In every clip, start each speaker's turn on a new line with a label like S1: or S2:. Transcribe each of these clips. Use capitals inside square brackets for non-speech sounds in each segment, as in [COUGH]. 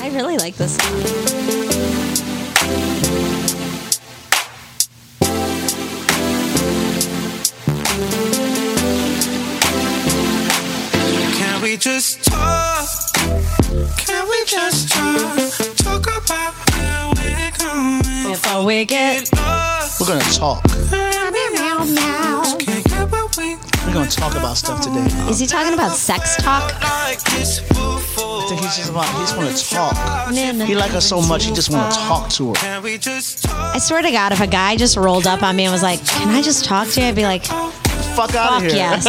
S1: I really like this song.
S2: Can we just talk? Can we just talk? Talk about where we're going.
S1: If we get
S2: Us.
S3: We're gonna talk.
S2: Can't get where we
S3: We're gonna talk about stuff today.
S1: Is he talking about sex talk?
S2: like this before.
S3: I think he's just about. He just wanna talk.
S1: Man,
S3: He like her so much. He just wanna talk to her.
S2: Can we just talk?
S1: I swear to God, if a guy just rolled up on me and was like, "Can I just talk to you?" I'd be like, "Fuck
S3: Fuck out of here.
S1: yes,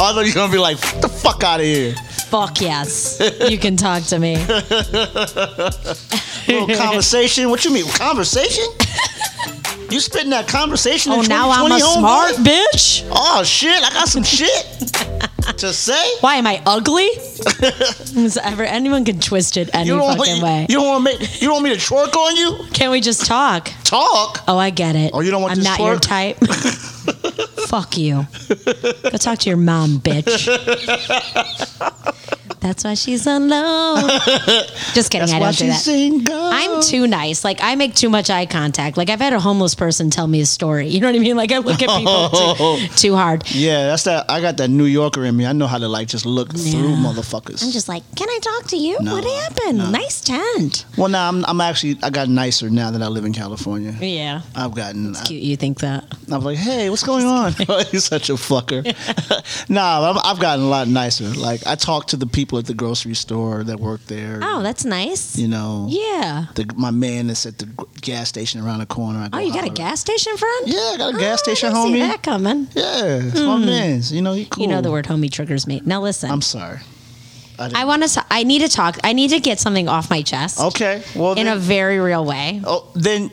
S3: Although you're gonna be like, "Get the fuck out of here.
S1: fuck yes, you can talk to
S3: [LAUGHS]
S1: me." [LAUGHS]
S3: Little conversation. What you mean conversation? You spitting that conversation? in
S1: Oh, now I'm a
S3: 2020,
S1: smart
S3: homeboy?
S1: bitch.
S3: Oh shit! I got some
S1: [LAUGHS]
S3: shit to say.
S1: Why am I
S3: [LAUGHS]
S1: ugly? Is ever anyone can twist it any
S3: You don't,
S1: fucking way?
S3: want, you don't want me. You don't want me to twerk on you?
S1: Can we just talk?
S3: Talk.
S1: Oh, I get it.
S3: Oh, you don't want
S1: I'm
S3: this
S1: not your
S3: twerk? [LAUGHS]
S1: type. Fuck you. Go talk to your mom,
S3: [LAUGHS]
S1: bitch. That's why she's
S3: [LAUGHS]
S1: alone. Just kidding.
S3: That's
S1: I
S3: why
S1: don't do
S3: she's
S1: that.
S3: single.
S1: I'm too nice. Like I make too much eye contact. Like I've had a homeless person tell me a story. You know what I mean? Like I look at
S3: [LAUGHS]
S1: people too, too hard.
S3: Yeah, that's that. I got that New Yorker in me. I know how to like just look through motherfuckers.
S1: I'm just like, can I talk to you?
S3: No,
S1: what happened?
S3: no.
S1: Nice tent.
S3: well, now I'm, I'm actually I got nicer now that I live in California.
S1: Yeah.
S3: I've gotten. I,
S1: Cute. You think that?
S3: I'm like, hey, what's
S1: [LAUGHS]
S3: going on? [LAUGHS] You're such a fucker. [LAUGHS] nah, I'm, I've gotten a lot nicer. Like I talk to the people at the grocery store that work there.
S1: Oh, that's nice.
S3: you know.
S1: Yeah.
S3: The, my man that's at the g- gas station around the corner. I go
S1: Oh, you got a
S3: holler.
S1: gas station friend?
S3: Yeah, I got a gas
S1: Oh, I
S3: station
S1: didn't See
S3: homie.
S1: that coming.
S3: Yeah, it's my man's. You know, he
S1: Hmm.
S3: cool.
S1: You know the word homie triggers me. Now listen.
S3: I'm sorry.
S1: I want to. I need to talk. I need to get something off my chest
S3: Okay. Well,
S1: in
S3: then,
S1: a very real way.
S3: oh, then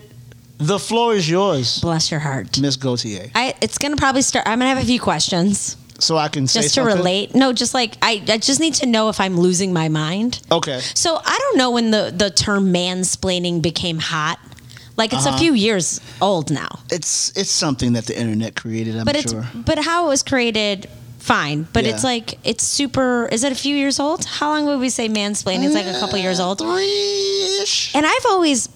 S3: the floor is yours,
S1: Bless your heart.
S3: Miss Gautier.
S1: I, it's gonna probably start. I'm gonna have a few questions
S3: So I can say
S1: just to
S3: something?
S1: relate. No, just like I, I just need to know if I'm losing my mind.
S3: Okay.
S1: So I don't know when the the term mansplaining became hot. Like it's a
S3: Uh-huh.
S1: few years old now,
S3: It's it's something that the internet created. I'm
S1: but it's
S3: sure.
S1: but how it was created, fine. But
S3: Yeah.
S1: it's like it's super. Is it a few years old? How long would we say mansplaining? It's like a couple years old.
S3: Three ish.
S1: and I've always,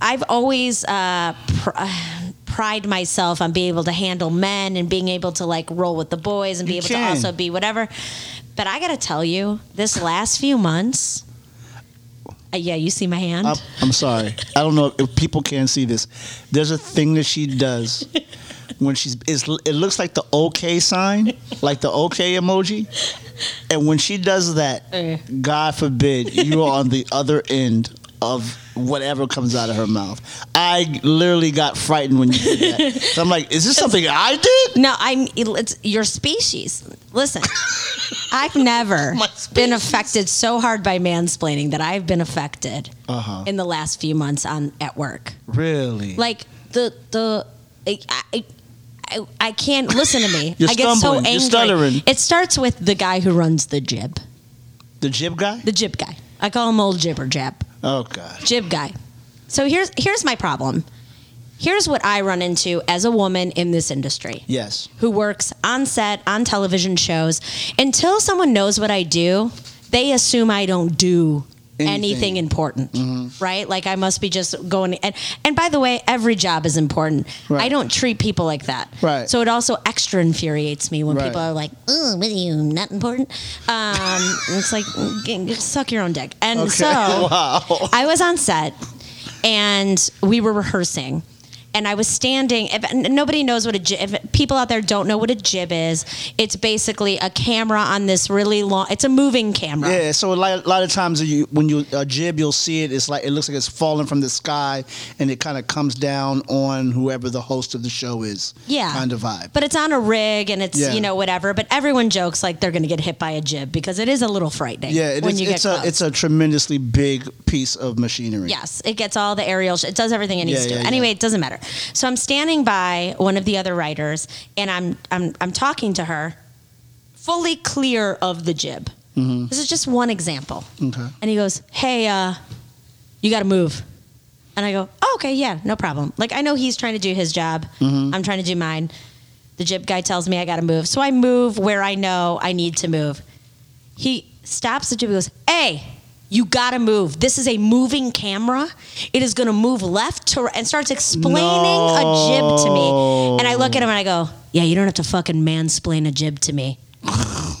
S1: I've always uh, pr- uh, pride myself on being able to handle men and being able to like roll with the boys and be
S3: You
S1: able
S3: can.
S1: to also be whatever. But I gotta tell you, this last few months, uh, yeah, you see my hand.
S3: I'm, I'm sorry. I don't know if people can see this. There's a thing that she does when she's. It's, it looks like the OK sign, like the OK emoji. And when she does that,
S1: Eh.
S3: God forbid, you are on the other end of whatever comes out of her mouth. I literally got frightened when you did that. So I'm like, is this something I did?
S1: no, I'm. It's your species.
S3: [LAUGHS]
S1: Listen, I've never
S3: My
S1: been affected so hard by mansplaining that I've been affected
S3: Uh-huh.
S1: in the last few months on at work.
S3: Really?
S1: like the the I, I, I, I can't listen to me.
S3: [LAUGHS] You're
S1: I get so
S3: stumbling.
S1: angry.
S3: You're stuttering.
S1: It starts with the guy who runs the jib,
S3: the jib guy?
S1: the jib guy. I call him old jibber jab,
S3: Oh God.
S1: jib guy. So here's here's my problem. Here's what I run into as a woman in this industry
S3: Yes.
S1: who works on set, on television shows. Until someone knows what I do, they assume I don't do anything,
S3: Anything. Mm-hmm.
S1: important, right? Like I must be just going. And, and by the way, every job is important.
S3: Right.
S1: I don't treat people like that.
S3: Right.
S1: So it also extra infuriates me when
S3: Right.
S1: people are like, "Oh, what are you not important?" Um, it's like g- suck your own dick. And so
S3: [LAUGHS] wow.
S1: I was on set and we were rehearsing. And I was standing. If, n- nobody knows what a jib. If people out there don't know what a jib is, it's basically a camera on this really long. It's a moving camera.
S3: Yeah, so a lot, a lot of times you, when you uh, jib, you'll see it. It's like it looks like it's falling from the sky, and it kind of comes down on whoever the host of the show is.
S1: Yeah.
S3: kind of vibe.
S1: But it's on a rig and it's
S3: Yeah.
S1: you know whatever. But everyone jokes like they're going to get hit by a jib because it is a little frightening.
S3: yeah, it
S1: when
S3: is-
S1: you
S3: it's
S1: get
S3: a
S1: close.
S3: it's a tremendously big piece of machinery.
S1: Yes, it gets all the aerial. Sh- it does everything it needs
S3: Yeah,
S1: to.
S3: yeah, yeah.
S1: Anyway, it doesn't matter. So I'm standing by one of the other writers, and I'm I'm I'm talking to her, fully clear of the jib. This is just one example.
S3: Mm-hmm. Okay.
S1: And he goes, "Hey, uh, you got to move." And I go, oh, "Okay, yeah, no problem." Like I know he's trying to do his job.
S3: Mm-hmm.
S1: I'm trying to do mine. The jib guy tells me I got to move, so I move where I know I need to move. He stops the jib. He goes, "Hey, You gotta move. This is a moving camera. It is gonna move left to right and starts explaining a jib to me. And I look at him and I go, Yeah, you don't have to fucking mansplain a jib to
S3: [LAUGHS]
S1: me.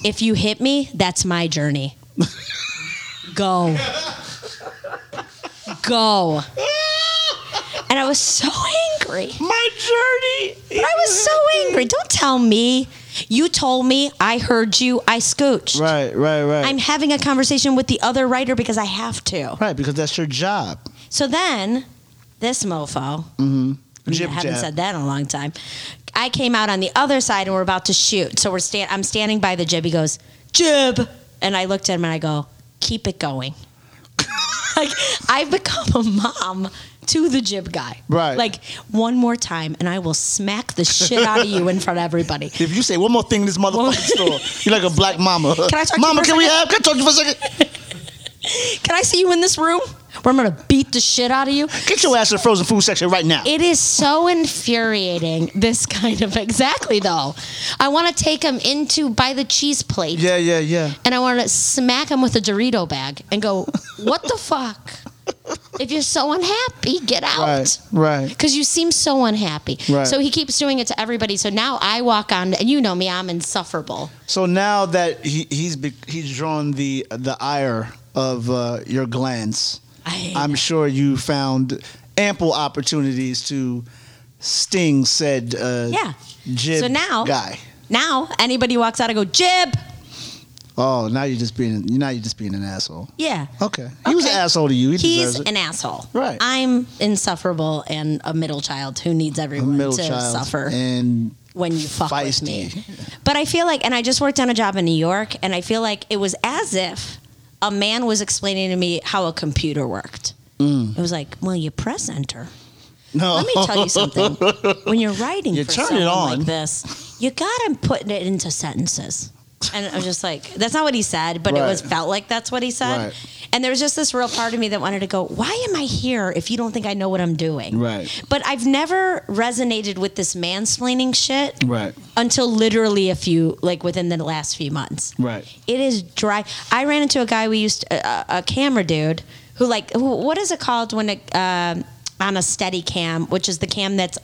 S1: if you hit me, that's my journey. Go. Go. And I was so angry.
S3: My journey.
S1: I was so angry. Don't tell me. You told me. I heard you. I scooched.
S3: Right, right, right.
S1: I'm having a conversation with the other writer because I have to.
S3: right, because that's your job.
S1: So then, this mofo, I mean, I
S3: Jib
S1: haven't
S3: Mm-hmm. jab.
S1: said that in a long time. I came out on the other side and we're about to shoot. So we're stand. I'm standing by the jib. He goes jib, and I looked at him and I go, keep it going. [LAUGHS] like I've become a mom to the jib guy.
S3: Right.
S1: Like one more time, and I will smack the shit out of you in front of everybody.
S3: If you say one more thing in this motherfucking store, [LAUGHS] you're like a black mama.
S1: Can I talk to you
S3: mama,
S1: for a
S3: can we
S1: second?
S3: have? Can I talk to you for a second?
S1: Can I see you in this room where I'm gonna beat the shit out of you?
S3: Get your ass to the frozen food section right now.
S1: It is so infuriating, this kind of exactly though. I want to take him into by the cheese plate
S3: yeah, yeah, yeah.
S1: and I want to smack him with a Dorito bag and go, "What the fuck? If you're so unhappy, get out."
S3: Right, right.
S1: Because you seem so unhappy.
S3: Right.
S1: So he keeps doing it to everybody. So now I walk on, and you know me, I'm insufferable.
S3: So now that he, he's be, he's drawn the the ire of uh, your glance,
S1: I-
S3: I'm sure you found ample opportunities to sting said uh,
S1: Yeah.
S3: jib
S1: So now-
S3: guy.
S1: Now anybody walks out, I go, "Jib."
S3: Oh, now you're just being now you're just being an asshole.
S1: Yeah.
S3: Okay, he was an
S1: Okay.
S3: asshole to you. He
S1: He's
S3: deserves it.
S1: an asshole.
S3: Right.
S1: I'm insufferable and a middle child who needs
S3: A
S1: everyone
S3: middle
S1: to
S3: child
S1: suffer.
S3: and
S1: when you fuck with
S3: feisty. [LAUGHS]
S1: me. But I feel like, and I just worked on a job in New York, and I feel like it was as if a man was explaining to me how a computer worked.
S3: Mm.
S1: It was like, well, you press enter.
S3: No,
S1: Let me
S3: [LAUGHS]
S1: tell you something. When you're writing
S3: You
S1: for
S3: turn it
S1: someone
S3: on.
S1: like this, you gotta put it into sentences. And I was just like, that's not what he said, but it
S3: Right.
S1: was felt like that's what he said.
S3: Right.
S1: And there was just this real part of me that wanted to go, why am I here if you don't think I know what I'm doing?
S3: Right.
S1: But I've never resonated with this mansplaining shit
S3: right,
S1: until literally a few like within the last few months
S3: right.
S1: it is dry i ran into a guy we used a, a, a camera dude who like who, what is it called when it um, on a steady cam which is the cam that's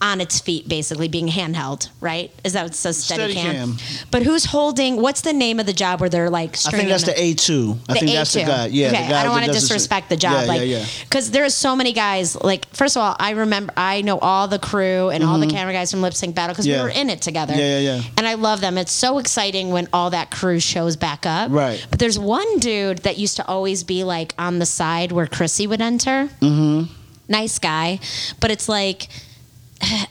S1: on its feet basically being handheld right is that what it says steady cam
S3: Steadicam.
S1: but who's holding what's the name of the job where they're like
S3: I think that's the A two. I think that's the
S1: A2.
S3: guy. Yeah,
S1: Okay,
S3: the guy
S1: I don't
S3: that
S1: want to
S3: does this-
S1: disrespect the job,
S3: Yeah,
S1: like,
S3: yeah, yeah.
S1: because there are so many guys. Like, first of all, I remember I know all the crew and all the camera guys from Lip Sync Battle because
S3: Mm-hmm. Yeah.
S1: we were in it together.
S3: Yeah, yeah, yeah.
S1: And I love them. It's so exciting when all that crew shows back up.
S3: Right.
S1: But there's one dude that used to always be like on the side where Chrissy would enter. Mm-hmm. Nice guy, but it's like.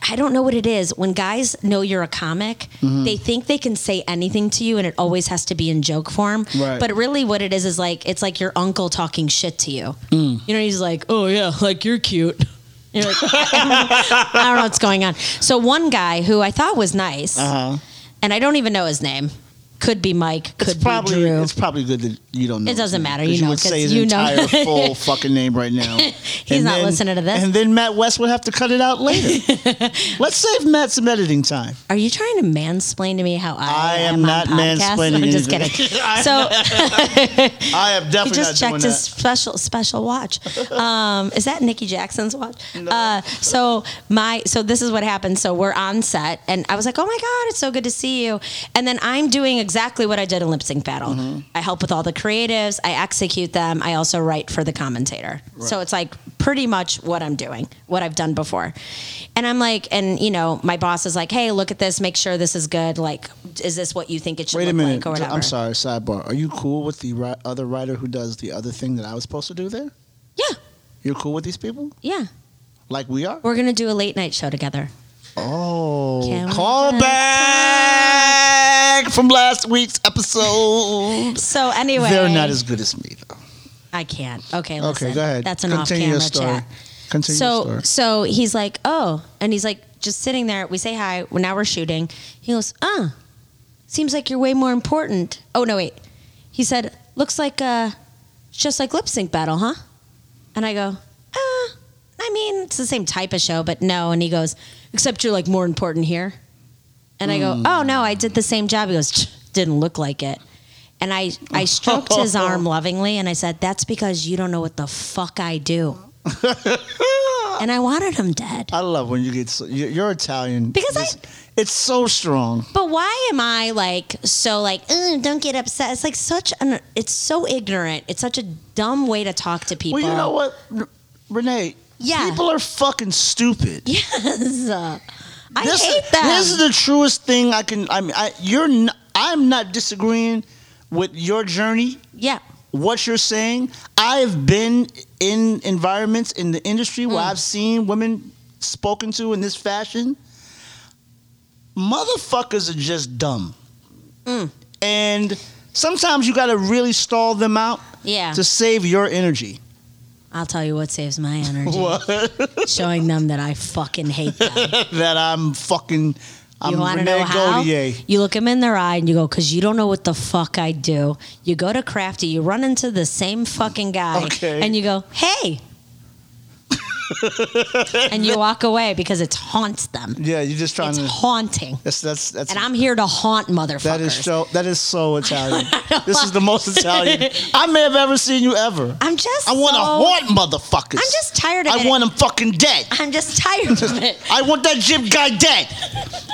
S1: I don't know what it is. When guys know you're a comic,
S3: Mm-hmm.
S1: they think they can say anything to you and it always has to be in joke form.
S3: Right.
S1: But really what it is is like it's like your uncle talking shit to you.
S3: Mm.
S1: You know, he's like, Oh yeah, like you're cute. You're like, [LAUGHS] I don't know what's going on. So one guy who I thought was nice,
S3: Uh-huh.
S1: and I don't even know his name. Could be Mike, could
S3: It's probably
S1: be Drew.
S3: it's probably good that you don't know.
S1: It doesn't matter,
S3: 'cause
S1: you know,
S3: would
S1: 'cause
S3: say his
S1: you know. [LAUGHS]
S3: entire full fucking name right now. He's
S1: not listening to this.
S3: And then Matt West would have to cut it
S1: [LAUGHS]
S3: out later. Let's save Matt some editing time.
S1: Are you trying to mansplain to me how I,
S3: I am
S1: on
S3: not
S1: podcasts? [LAUGHS]
S3: mansplaining
S1: I'm just
S3: anything.
S1: kidding.
S3: [LAUGHS]
S1: So
S3: I have
S1: He
S3: definitely
S1: just
S3: not
S1: checked
S3: doing
S1: his special special
S3: [LAUGHS]
S1: watch. Um, is that Nikki Jackson's watch? Uh, so my so this is what happened. So we're on set, and I was like, "Oh my god, it's so good to see you!" And then I'm doing exactly what I did in Lip Sync Battle.
S3: Mm-hmm.
S1: I help with all the creatives, I execute them, I also write for the commentator. So it's like pretty much what I'm doing, what I've done before. And I'm like, and you know, my boss is like, "Hey, look at this. Make sure this is good. Like, is this what you think it should
S3: that. Wait a
S1: look
S3: minute.
S1: like, or whatever?"
S3: I'm sorry. Sidebar. Are you cool with the ri- other writer who does the other thing that I was supposed to do there?
S1: Yeah,
S3: You're cool with these people,
S1: yeah.
S3: like we are.
S1: We're gonna do a late night show together.
S3: Oh,
S1: Can we
S3: call
S1: just-
S3: back from last week's episode.
S1: So anyway,
S3: They're not as good as me, though.
S1: I can't. Okay, listen.
S3: Okay, go ahead.
S1: That's an
S3: Continue your
S1: off-camera
S3: story.
S1: chat.
S3: Continue your
S1: So [LAUGHS]
S3: story.
S1: so he's like, oh, and he's like just sitting there. We say hi. Well, now we're shooting. He goes, uh, seems like you're way more important. Oh no, wait. He said, looks like uh, it's just like lip sync battle, huh? And I go, uh, I mean, it's the same type of show, but no. And he goes, except you're like more
S3: Hmm.
S1: important here. And I go, oh no, I did the same job. He goes, "Tch, didn't look like it. And I,
S3: [LAUGHS]
S1: I stroked his arm lovingly and I said, That's because you don't know what the fuck I do. and I wanted him dead.
S3: I love when you get so, you're, you're Italian
S1: Because I-
S3: it's, it's so strong.
S1: But why am I like so like "Ugh, don't get upset? It's like such an it's so ignorant. It's such a dumb way to talk to people.
S3: Well, you know what, R- Renee?
S1: Yeah.
S3: people are fucking stupid.
S1: [LAUGHS] Yes. I
S3: this,
S1: hate them.
S3: This is the truest thing I can. I mean, I, you're. Not, I'm not disagreeing with your journey.
S1: yeah.
S3: What you're saying. I've been in environments in the industry where
S1: Mm.
S3: I've seen women spoken to in this fashion. Motherfuckers are just dumb,
S1: Mm.
S3: and sometimes you got to really stall them out
S1: Yeah.
S3: to save your energy.
S1: [LAUGHS] I'll tell you what saves my energy.
S3: [LAUGHS] What?
S1: Showing them that I fucking hate them.
S3: that I'm fucking. I'm
S1: you want to
S3: Renee
S1: know how?
S3: Gaudier.
S1: You look them in their eye and you go, because you don't know what the fuck I do. You go to Crafty, you run into the same fucking guy,
S3: Okay.
S1: and you go, hey.
S3: [LAUGHS]
S1: and you walk away because it haunts them.
S3: Yeah, you're just trying
S1: It's
S3: to.
S1: haunting.
S3: That's that's that's.
S1: And I'm here to haunt motherfuckers.
S3: that is so. That
S1: [LAUGHS]
S3: is so Italian. this is the most Italian I may have ever seen you ever.
S1: I'm just.
S3: I want to
S1: so-
S3: haunt motherfuckers.
S1: I'm just tired of
S3: I
S1: it.
S3: want them fucking dead.
S1: I'm just tired
S3: [LAUGHS]
S1: of it.
S3: I want that jib guy dead.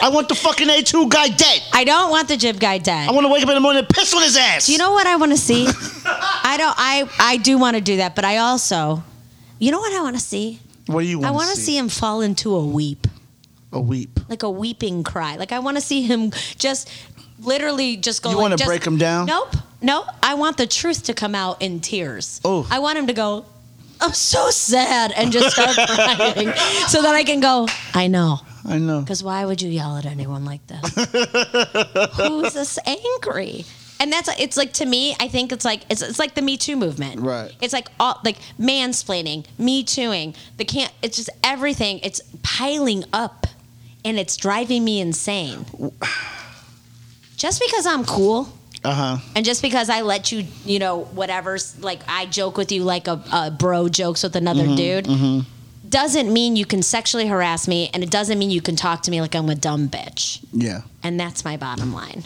S3: I want the fucking A2 guy dead.
S1: I don't want the jib guy dead.
S3: I want to wake up in the morning and piss on his ass.
S1: You know what I want to
S3: [LAUGHS]
S1: see? I don't. I I do want to do that, but I also, you know what I want to see?
S3: what do you want?
S1: I want to see him fall into a weep,
S3: a weep.
S1: like a weeping cry. Like I want to see him just literally just go.
S3: You
S1: like,
S3: wanna
S1: just-
S3: break him down?
S1: Nope. Nope. I want the truth to come out in tears.
S3: Oh.
S1: I want him to go. I'm so sad and just start [LAUGHS] crying, so that I can go. I know.
S3: I know.
S1: Because why would you yell at anyone like this? Who's this angry? And that's it's like to me, I think it's like it's, it's like the Me Too movement.
S3: Right.
S1: It's like all like mansplaining, Me Tooing. The can't. It's just everything. It's piling up, and it's driving me insane. Just because I'm cool,
S3: Uh huh.
S1: and just because I let you, you know, whatever, s- like I joke with you like a, a bro jokes with another
S3: Mm-hmm,
S1: dude, doesn't mean you can sexually harass me, and it doesn't mean you can talk to me like I'm a dumb bitch.
S3: Yeah.
S1: And that's my bottom line.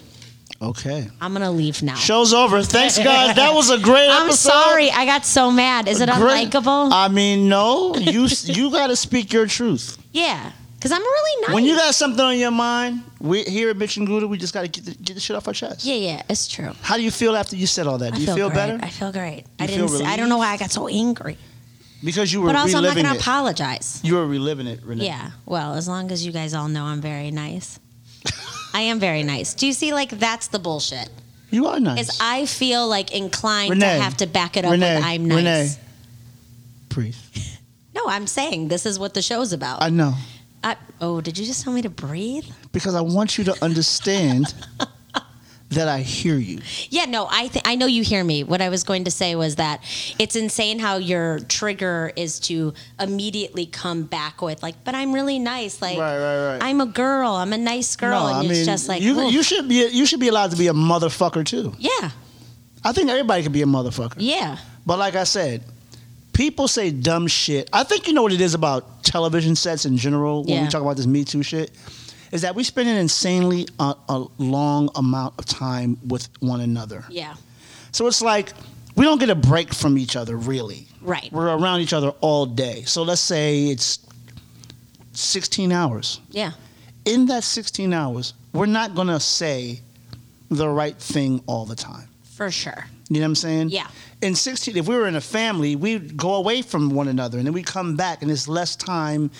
S3: Okay.
S1: I'm gonna leave now.
S3: Show's over. Thanks, guys. That was a great
S1: [LAUGHS] I'm
S3: episode.
S1: sorry, I got so mad. Is it
S3: Great. Uh,
S1: unlikable?
S3: I mean, no. You you got to speak
S1: [LAUGHS]
S3: your truth.
S1: yeah, because I'm really nice.
S3: When you got something on your mind, we here at Bitch and Gouda, we just got to get the, get the shit off our chest.
S1: yeah, yeah, it's true.
S3: How do you feel after you said all that? Do you feel,
S1: great.
S3: better?
S1: I feel great. I
S3: You
S1: didn't.
S3: feel
S1: s- I don't know why I got so angry.
S3: Because you were
S1: But also, I'm not
S3: reliving
S1: gonna
S3: it.
S1: apologize.
S3: you were reliving it, Renee.
S1: Yeah. Well, as long as you guys all know I'm very nice. I am very nice. Do you see like that's the bullshit?
S3: You are nice.
S1: Is I feel like inclined
S3: Renee,
S1: to have to back it up
S3: Renee,
S1: with I'm nice.
S3: Renee, breathe.
S1: No, I'm saying this is what the show's about.
S3: I know.
S1: I, oh, did you just tell me to breathe?
S3: Because I want you to understand [LAUGHS] that I hear you.
S1: Yeah, no, I th- I know you hear me. What I was going to say was that it's insane how your trigger is to immediately come back with like, but I'm really nice. Like,
S3: Right, right, right.
S1: I'm a girl. I'm a nice girl,
S3: no,
S1: and
S3: I
S1: it's
S3: mean,
S1: just like,
S3: you,
S1: oof.
S3: you should be you should be allowed to be a motherfucker too.
S1: yeah,
S3: I think everybody can be a motherfucker.
S1: yeah,
S3: But like I said, people say dumb shit. I think you know what it is about television sets in general when
S1: Yeah.
S3: we talk about this Me Too shit, is that we spend an insanely uh, a long amount of time with one another.
S1: yeah,
S3: So it's like we don't get a break from each other really.
S1: right,
S3: We're around each other all day. So let's say it's 16 hours.
S1: yeah.
S3: In that 16 hours, we're not going to say the right thing all the time.
S1: For sure.
S3: You know what I'm saying?
S1: Yeah.
S3: In 16, if we were in a family, we'd go away from one another and then we come back and it's less time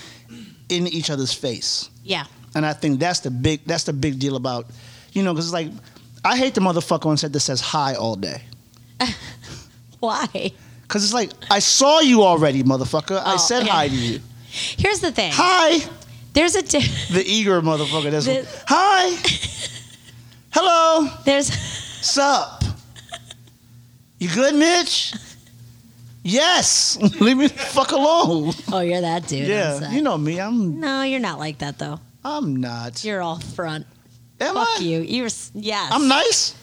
S3: in each other's face.
S1: Yeah.
S3: And I think that's the big that's the big deal about, you know, because it's like, I hate the motherfucker on set that says hi all day.
S1: Why?
S3: Because it's like, I saw you already, motherfucker. I
S1: Oh,
S3: said
S1: okay.
S3: hi to you.
S1: Here's the thing.
S3: Hi.
S1: There's a di-
S3: The eager motherfucker. That's
S1: The-
S3: hi. Hello.
S1: there's [LAUGHS]
S3: Sup. You good, Mitch? Yes. [LAUGHS] Leave me the fuck alone.
S1: oh you're that dude. I'm
S3: Yeah,
S1: sorry.
S3: you know me. I'm
S1: No, you're not like that though.
S3: I'm not.
S1: You're all front.
S3: Am
S1: Fuck
S3: I?
S1: you. You're s- yes.
S3: I'm nice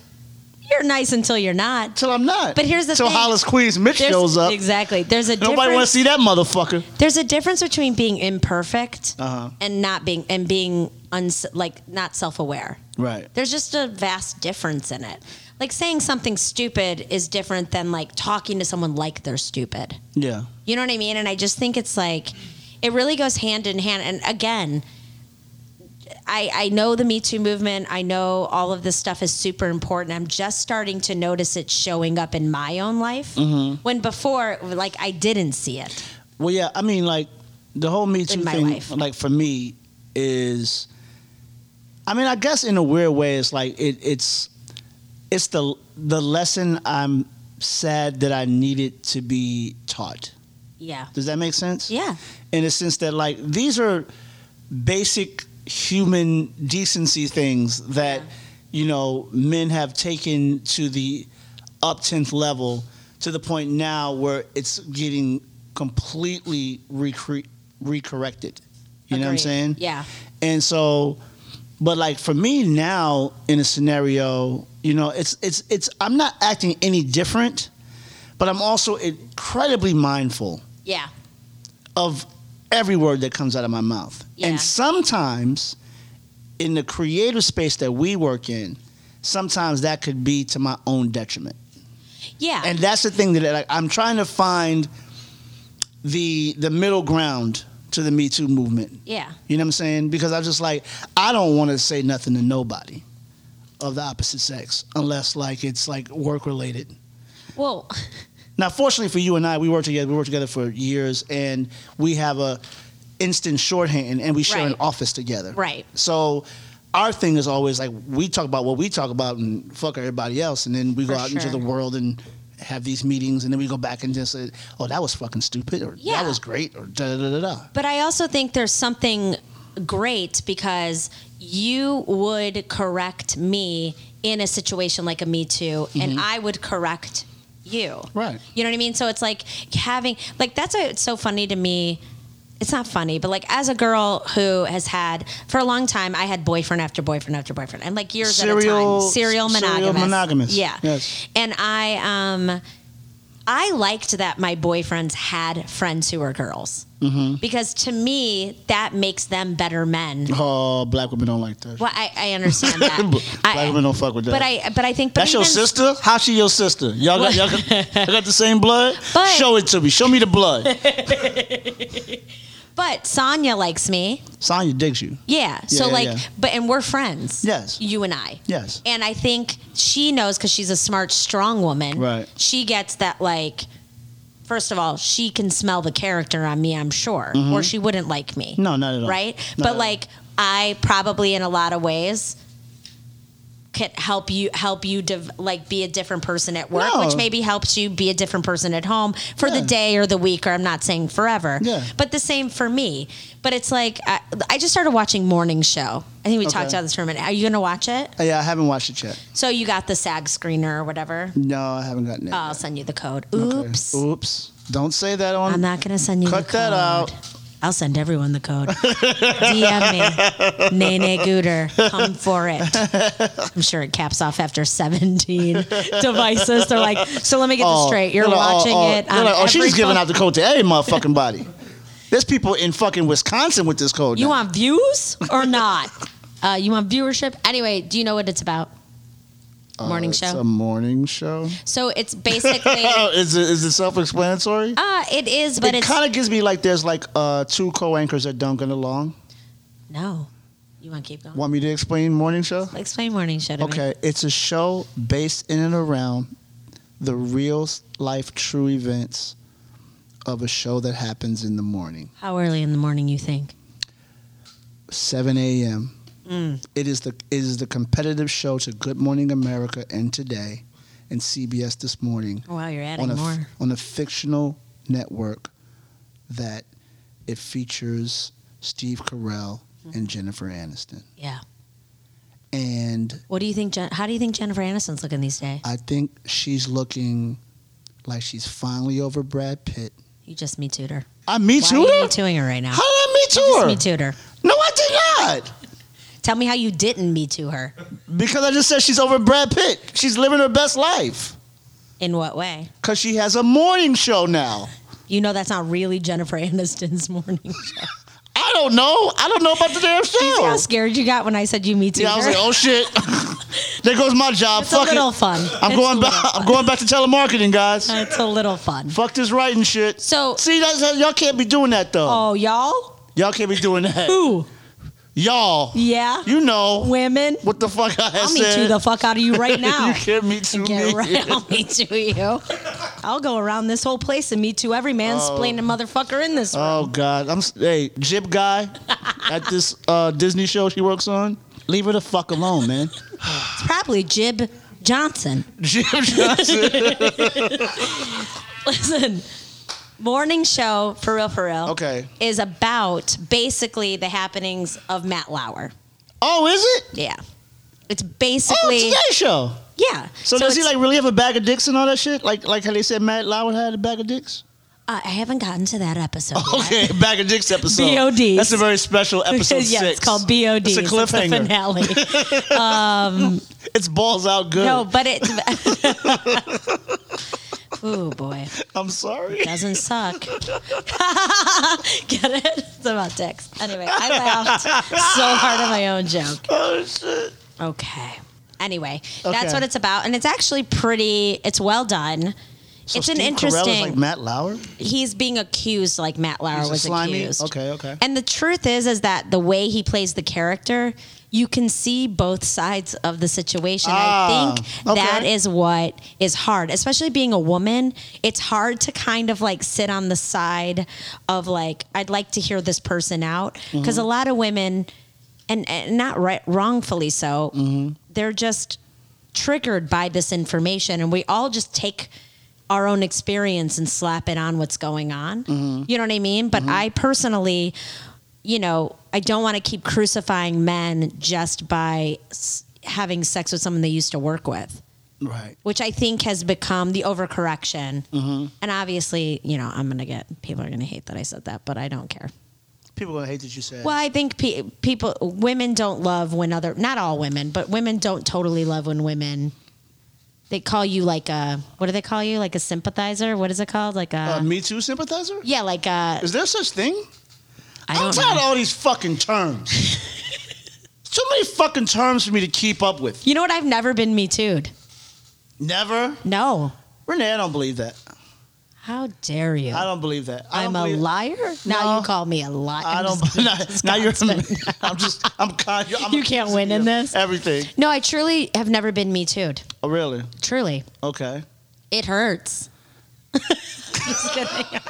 S1: You're nice until you're not.
S3: till I'm not.
S1: But here's the
S3: till
S1: thing.
S3: Hollis Queens Mitch
S1: There's-
S3: shows up.
S1: Exactly. There's a
S3: Nobody want
S1: difference.
S3: to see that motherfucker.
S1: There's a difference between being imperfect
S3: Uh-huh.
S1: and not being and being uns- like not self-aware.
S3: Right.
S1: There's just a vast difference in it. like saying something stupid is different than like talking to someone like they're stupid.
S3: Yeah.
S1: You know what I mean? And I just think it's like it really goes hand in hand. And again, I, I know the Me Too movement. I know all of this stuff is super important. I'm just starting to notice it showing up in my own life
S3: Mm-hmm.
S1: when before, like, I didn't see it.
S3: Well, yeah, I mean, like the whole Me Too
S1: my
S3: thing,
S1: life.
S3: like for me, is, I mean, I guess in a weird way, it's like it, it's, it's the the lesson I'm sad that I needed to be taught.
S1: Yeah.
S3: Does that make sense?
S1: Yeah.
S3: In a sense that like these are basic human decency things that you know men have taken to the up tenth level to the point now where it's getting completely recre- recorrected. You know what I'm
S1: Agreed.
S3: saying?
S1: Yeah.
S3: And so, but like for me now in a scenario, you know, it's it's it's I'm not acting any different, but I'm also incredibly mindful
S1: Yeah.
S3: of every word that comes out of my mouth.
S1: Yeah.
S3: And sometimes in the creative space that we work in, sometimes that could be to my own detriment.
S1: Yeah.
S3: And that's the thing that like, I'm trying to find the the middle ground to the Me Too movement.
S1: yeah.
S3: You know what I'm saying? Because I'm just like, I don't want to say nothing to nobody of the opposite sex unless like it's like work related.
S1: Well,
S3: Now, fortunately for you and I, we work together. We worked together for years, and we have a instant shorthand, and we share an
S1: Right.
S3: office together.
S1: Right.
S3: So, our thing is always like we talk about what we talk about and fuck everybody else, and then we go
S1: For
S3: out into
S1: sure.
S3: the world and have these meetings, and then we go back and just say, "Oh, that was fucking stupid," or
S1: Yeah.
S3: "That was great," or da da da da. da.
S1: But I also think there's something great because you would correct me in a situation like a Me Too, and I would correct you.
S3: Mm-hmm. Right.
S1: You know what I mean? So it's like having, like, that's why it's so funny to me. It's not funny, but like as a girl who has had for a long time, I had boyfriend after boyfriend after boyfriend, and like years at a
S3: Serial-
S1: time, serial
S3: serial
S1: monogamous,
S3: monogamous.
S1: yeah.
S3: Yes.
S1: And I, um, I liked that my boyfriends had friends who were girls
S3: Mm-hmm.
S1: because to me that makes them better
S3: [LAUGHS]
S1: men.
S3: Oh, black women don't like that.
S1: Well, I, I understand that.
S3: [LAUGHS] Black
S1: I,
S3: women don't fuck with that.
S1: But I but I think but
S3: That's your
S1: even-
S3: sister? How she your sister? Y'all got, y'all got,
S1: [LAUGHS]
S3: y'all got the same blood?
S1: But-
S3: Show it to me. Show me the blood.
S1: But Sonia likes me.
S3: Sonya digs you.
S1: Yeah.
S3: Yeah,
S1: So
S3: yeah,
S1: like,
S3: yeah.
S1: but and we're friends.
S3: Yes.
S1: You and I.
S3: Yes.
S1: And I think she knows because she's a smart, strong woman.
S3: Right.
S1: She gets that like. First of all, she can smell the character on me, I'm sure,
S3: Mm-hmm.
S1: or she wouldn't like me.
S3: No, not at all.
S1: right?
S3: Not at
S1: but
S3: all.
S1: like I probably in a lot of ways could help you help you div- like be a different person at work,
S3: No.
S1: which maybe helps you be a different person at home for
S3: Yeah.
S1: the day or the week, or I'm not saying forever.
S3: Yeah.
S1: But the same for me. But it's like I, I just started watching Morning Show. I think we
S3: Okay.
S1: talked about this for a minute. Are you gonna watch it?
S3: Oh, yeah, I haven't watched it yet.
S1: So you got the SAG screener or whatever.
S3: No, I haven't gotten it.
S1: Oh, I'll send you the code.
S3: yet. Okay.
S1: Oops.
S3: Oops. Don't say that on.
S1: I'm not gonna send you
S3: Um, Cut
S1: the code.
S3: that out.
S1: I'll send everyone the
S3: [LAUGHS]
S1: code. DM me, Nene Gooder. Come for it. I'm sure it caps off after
S3: [LAUGHS]
S1: 17 devices. They're like, so let me get this straight. You're
S3: they're like, oh,
S1: watching
S3: oh,
S1: it.
S3: they're
S1: on
S3: like, oh,
S1: every
S3: she's giving
S1: phone-
S3: out the code to every motherfucking body. There's people in fucking Wisconsin with this code.
S1: You
S3: now.
S1: want views or not? Uh, you want viewership? Anyway, do you know what it's about? Morning
S3: Uh, It's
S1: show.
S3: a morning show.
S1: so it's
S3: [LAUGHS]
S1: basically.
S3: is it is it self-explanatory?
S1: Uh, it is, but
S3: it
S1: it's
S3: kind of gives me like there's like uh, two co-anchors that don't get along.
S1: no. You want to keep going?
S3: Want me to explain morning show?
S1: Explain morning show to me.
S3: Okay, it's a show based in and around the real s- life true events of a show that happens in the morning,
S1: How early in the morning you think?
S3: 7 a.m. It is the it is the competitive show to Good Morning America and Today and CBS this morning
S1: Oh, wow, you're
S3: on
S1: adding
S3: a f-
S1: more.
S3: on a fictional network that it features Steve Carell and Jennifer Aniston.
S1: Yeah.
S3: And
S1: What do you think? Jen- how do you think Jennifer Aniston's looking these days?
S3: I think she's looking like she's finally over Brad Pitt.
S1: You just me tutor.
S3: I me
S1: Why
S3: too.
S1: are you
S3: her?
S1: me tooing her right now?
S3: How did I me
S1: You
S3: too? her?
S1: Just me tutor.
S3: No, I did not.
S1: Tell me how you didn't me too her.
S3: Because I just said she's over Brad Pitt. She's living her best life
S1: In what way?
S3: because she has a morning show now.
S1: [LAUGHS] You know that's not really Jennifer Aniston's morning show.
S3: I don't know. I don't know about the damn show.
S1: You see how scared you got when I said you me too?
S3: Yeah, I was like, oh shit. there goes my
S1: [LAUGHS]
S3: job.
S1: it's a
S3: Fuck
S1: little
S3: it.
S1: fun.
S3: I'm
S1: It's
S3: going
S1: a
S3: back.
S1: little
S3: I'm going back to telemarketing, guys.
S1: fun. It's a little
S3: [LAUGHS]
S1: fun.
S3: Fuck this writing shit.
S1: So-
S3: see, that's how, y'all can't be doing that though.
S1: Oh, y'all?
S3: Y'all can't be doing that.
S1: Who?
S3: y'all,
S1: Yeah.
S3: you know
S1: Women?
S3: [LAUGHS] what the fuck I
S1: I'll
S3: said.
S1: meet you
S3: [LAUGHS]
S1: the fuck out of you right now.
S3: you can't meet too me.
S1: [LAUGHS] Get right, I'll me too you. I'll go around this whole place and me too every man splaining motherfucker in this room.
S3: Oh God, I'm s- hey
S1: [LAUGHS]
S3: Jib guy at this uh, Disney show she works on. Leave her the fuck
S1: [LAUGHS]
S3: alone, man. Oh,
S1: It's probably Jib Johnson.
S3: Jib Johnson.
S1: [LAUGHS] Listen, morning show for real, for real.
S3: Okay.
S1: is about basically the happenings of Matt Lauer.
S3: Oh, is it?
S1: Yeah, it's
S3: Oh,
S1: basically
S3: Today Show.
S1: yeah.
S3: So, does he
S1: it's-
S3: like really have a bag of dicks and all that shit? Like like how they said Matt Lauer had a bag of dicks.
S1: Uh, I haven't gotten to that episode.
S3: [LAUGHS]
S1: [LAUGHS]
S3: Okay, bag of dicks episode.
S1: BODs.
S3: That's a very
S1: [LAUGHS]
S3: special episode
S1: yeah,
S3: six.
S1: it's called BOD.
S3: It's a
S1: the
S3: cliffhanger.
S1: finale.
S3: [LAUGHS] It's balls out good.
S1: No, but [LAUGHS] it. oh boy,
S3: I'm sorry.
S1: doesn't suck. [LAUGHS] Get it? It's about dicks. Anyway, I laughed so hard at my own joke.
S3: [LAUGHS] Oh shit.
S1: Okay. Anyway,
S3: Okay.
S1: that's what it's about, and it's actually pretty. It's well done.
S3: So
S1: it's an
S3: Steve Carell is
S1: interesting.
S3: like Matt Lauer.
S1: he's being accused like Matt Lauer
S3: He's a
S1: was
S3: slimy.
S1: accused.
S3: Okay, okay.
S1: And the truth is, is that the way he plays the character, you can see both sides of the situation.
S3: Ah,
S1: I think
S3: okay.
S1: that is what is hard, especially being a woman. It's hard to kind of like sit on the side of like, I'd like to hear this person out.
S3: Mm-hmm.
S1: Because a lot of women, and, and not right, wrongfully so,
S3: Mm-hmm.
S1: they're just triggered by this information. And we all just take our own experience and slap it on what's going on.
S3: Mm-hmm.
S1: You know what I mean? But I personally, you know, I don't want to keep crucifying men just by s- having sex with someone they used to work with,
S3: Right.
S1: which I think has become the overcorrection.
S3: Mm-hmm.
S1: And obviously, you know, I'm going to get people are going to hate that I said that, but I don't care.
S3: People gonna hate that you said.
S1: Well, I think pe- people, women don't love when other, not all women, but women don't totally love when women. They call you like a what do they call you like a sympathizer? What is it called? Like a
S3: Uh, Me Too sympathizer?
S1: yeah, like a
S3: Is there such thing?
S1: I
S3: I'm
S1: don't
S3: tired
S1: know.
S3: of all these fucking terms.
S1: [LAUGHS]
S3: so many fucking terms for me to keep up with.
S1: You know what? I've never been me too'd.
S3: Never.
S1: No.
S3: Renee, I don't believe that.
S1: How dare you?
S3: I don't believe that. I
S1: I'm
S3: don't
S1: a
S3: believe-
S1: liar. Now
S3: No.
S1: you call me a liar.
S3: I don't. Now, [LAUGHS] now you're. I'm just. I'm kind. I'm,
S1: You can't win in this.
S3: Everything.
S1: [LAUGHS] No, I truly have never been me too'd.
S3: Oh, really?
S1: Truly,
S3: Okay.
S1: it hurts. [LAUGHS] just kidding.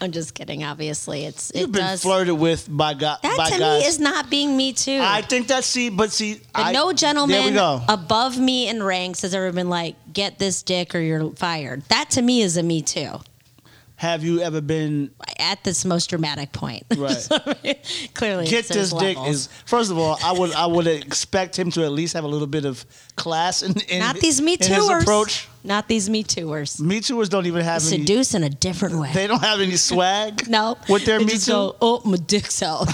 S1: [LAUGHS] I'm just kidding. Obviously, it's it
S3: You've been
S1: does.
S3: flirted with by God.
S1: that
S3: by
S1: to
S3: guys.
S1: me is not being me too.
S3: I think that's see, but see,
S1: But
S3: I,
S1: no gentleman
S3: There we go.
S1: above me in ranks has ever been like, "Get this dick or you're fired." That to me is a me too.
S3: Have you ever been?
S1: At this most dramatic point, [LAUGHS]
S3: Right.
S1: Clearly,
S3: Get
S1: it's-
S3: this
S1: there's
S3: dick
S1: levels.
S3: is first of all. I would I would expect him to at least have a little bit of class in, in
S1: not these Me
S3: in his
S1: Tooers.
S3: approach.
S1: Not these Me Tooers.
S3: Me Tooers don't even have any.
S1: Seduce in a different way. [LAUGHS]
S3: They don't have any swag.
S1: no,
S3: With their
S1: they
S3: Me
S1: just
S3: Too.
S1: go, oh, my dick's
S3: [LAUGHS]
S1: out.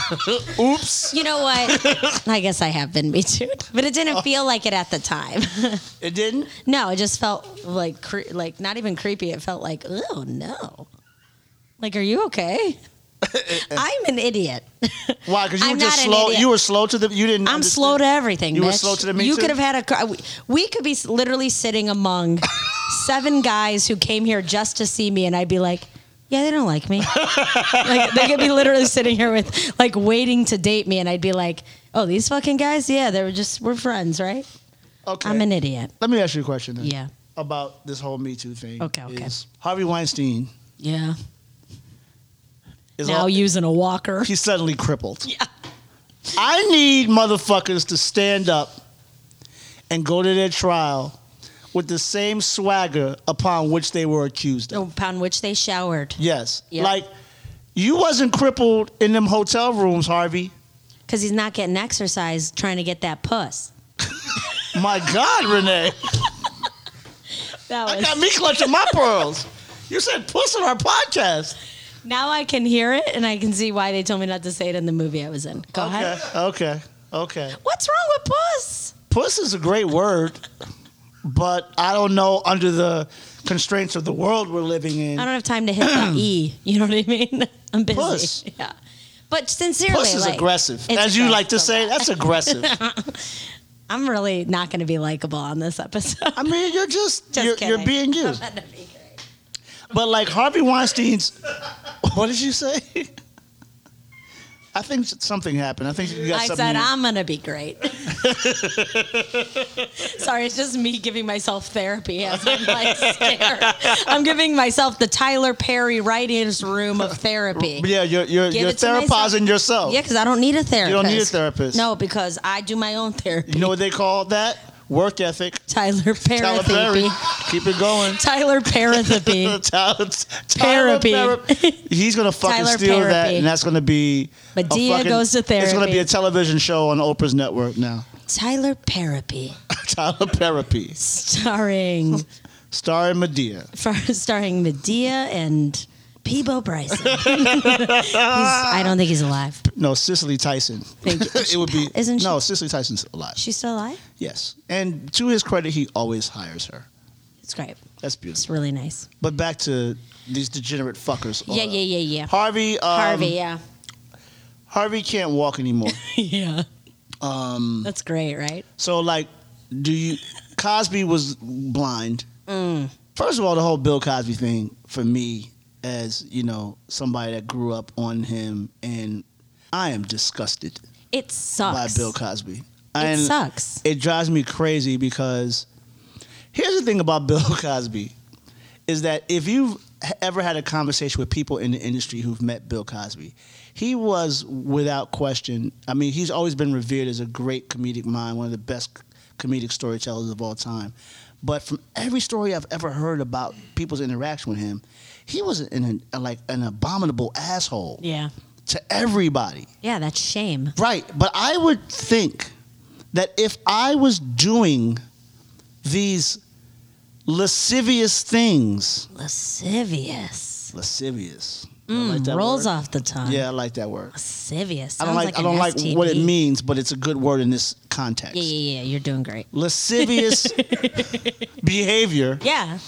S3: Oops.
S1: you know
S3: [LAUGHS]
S1: what? I guess I have been Me Too, but it
S3: Oh.
S1: didn't feel like it at the time. [LAUGHS]
S3: It didn't.
S1: no, it just felt like cre- like not even creepy. It felt like, oh no, like are you
S3: [LAUGHS]
S1: okay? I'm an idiot.
S3: Why? Because you
S1: I'm
S3: were just
S1: not an
S3: slow.
S1: idiot.
S3: You were slow to the. You didn't.
S1: I'm
S3: understand.
S1: slow to everything.
S3: You were
S1: Mitch.
S3: slow to the Me
S1: You
S3: Too?
S1: could have had a. cr- we- We could be s- literally sitting among
S3: [LAUGHS]
S1: seven guys who came here just to see me, and I'd be like, "Yeah, they don't like me." like they could be literally sitting here with like waiting to date me, and I'd be like, "Oh, these fucking guys. Yeah, they were just we're friends, right?"
S3: Okay.
S1: I'm an idiot.
S3: Let me ask you a question. Then.
S1: Yeah.
S3: About this whole Me Too thing.
S1: Okay, okay.
S3: is Harvey Weinstein
S1: Yeah.
S3: is
S1: Now
S3: all-
S1: using a
S3: [LAUGHS]
S1: walker. [LAUGHS]
S3: he's suddenly crippled.
S1: Yeah.
S3: I need motherfuckers to stand up and go to their trial with the same swagger upon which they were accused of.
S1: Oh, Upon which they showered
S3: Yes.
S1: Yeah.
S3: Like you wasn't crippled in them hotel rooms, Harvey.
S1: because he's not getting exercise trying to get that puss.
S3: My God,
S1: [LAUGHS]
S3: Renee.
S1: That
S3: I
S1: was.
S3: got me clutching my pearls. You said puss on our podcast.
S1: Now I can hear it and I can see why they told me not to say it in the movie I was in. Go
S3: Okay.
S1: ahead.
S3: Okay. Okay.
S1: What's wrong with puss?
S3: Puss is a great word, but I don't know under the constraints of the world we're living in. [CLEARS THROAT]
S1: I don't have time to hit the E. You know what I mean? [LAUGHS] I'm busy.
S3: Puss.
S1: Yeah. But sincerely,
S3: Puss is
S1: like,
S3: aggressive.
S1: it's
S3: As you like to
S1: aggressive.
S3: say, that's aggressive.
S1: [LAUGHS] I'm really not going to be likable on this episode.
S3: I mean, you're
S1: [LAUGHS]
S3: just,
S1: Just
S3: you're,
S1: kidding.
S3: you're being you. But like Harvey Weinstein's, [LAUGHS] what did you say? [LAUGHS] I think something happened. I think you got
S1: I
S3: something.
S1: said
S3: in-
S1: I'm going to be
S3: [LAUGHS]
S1: great. Sorry, it's just me giving myself therapy as I'm
S3: [LAUGHS]
S1: like scared. I'm giving myself the Tyler Perry writer's room of therapy.
S3: yeah, you're you're,
S1: Give
S3: you're
S1: it to myself.
S3: therapizing yourself.
S1: Yeah, because I don't need a therapist.
S3: Oh. don't need a therapist.
S1: No, because I do my own therapy.
S3: You know what they call that? Work ethic.
S1: Tyler Perry.
S3: Tyler Perry. Keep it going.
S1: Tyler
S3: Tyler, [LAUGHS]
S1: Paratherapy.
S3: Tyler
S1: Therapy.
S3: Perry. He's gonna fucking
S1: Tyler
S3: steal that,
S1: Therapy.
S3: and that's gonna be. a
S1: Medea
S3: fucking-
S1: goes to
S3: It's gonna
S1: therapy.
S3: be a television show on Oprah's network now. [LAUGHS]
S1: Tyler Perapy,
S3: Tyler Therapy,
S1: starring
S3: starring Medea.
S1: far- starring Medea and Peebo
S3: [LAUGHS]
S1: Bryson. He's- I don't think he's alive.
S3: No, Cicely Tyson.
S1: Thank you.
S3: [LAUGHS] it would be.
S1: Isn't she-
S3: no, Cicely Tyson's alive.
S1: She's still alive.
S3: Yes, and to his credit, he always hires her.
S1: It's great.
S3: That's
S1: It's
S3: beautiful.
S1: really nice.
S3: But back to these degenerate fuckers. Uh,
S1: Yeah, yeah, yeah, yeah.
S3: Harvey. Um,
S1: Harvey, yeah,
S3: Harvey can't walk anymore.
S1: yeah. Um, That's great, right?
S3: so like, do you? Cosby was blind.
S1: Mm.
S3: First of all, the whole Bill Cosby thing for me, as you know, somebody that grew up on him, and I am disgusted
S1: It sucks.
S3: by Bill Cosby.
S1: It
S3: And
S1: sucks.
S3: it drives me crazy because here's the thing about [LAUGHS] Bill Cosby is that if you've ever had a conversation with people in the industry who've met Bill Cosby, he was without question. I mean, he's always been revered as a great comedic mind, one of the best comedic storytellers of all time. But from every story I've ever heard about people's interaction with him, he was an, like an abominable asshole
S1: Yeah,
S3: to everybody.
S1: yeah. That's shame.
S3: Right, but I would think that if I was doing these lascivious things,
S1: Lascivious.
S3: lascivious I
S1: Mm,
S3: like that
S1: rolls
S3: word.
S1: off the tongue.
S3: Yeah, I like that word.
S1: Lascivious.
S3: I don't
S1: Sounds
S3: like, I
S1: an
S3: don't like what it
S1: STD.
S3: means, but it's a good word in this context.
S1: Yeah, yeah, yeah. You're doing great. [LAUGHS]
S3: Lascivious behavior.
S1: Yeah.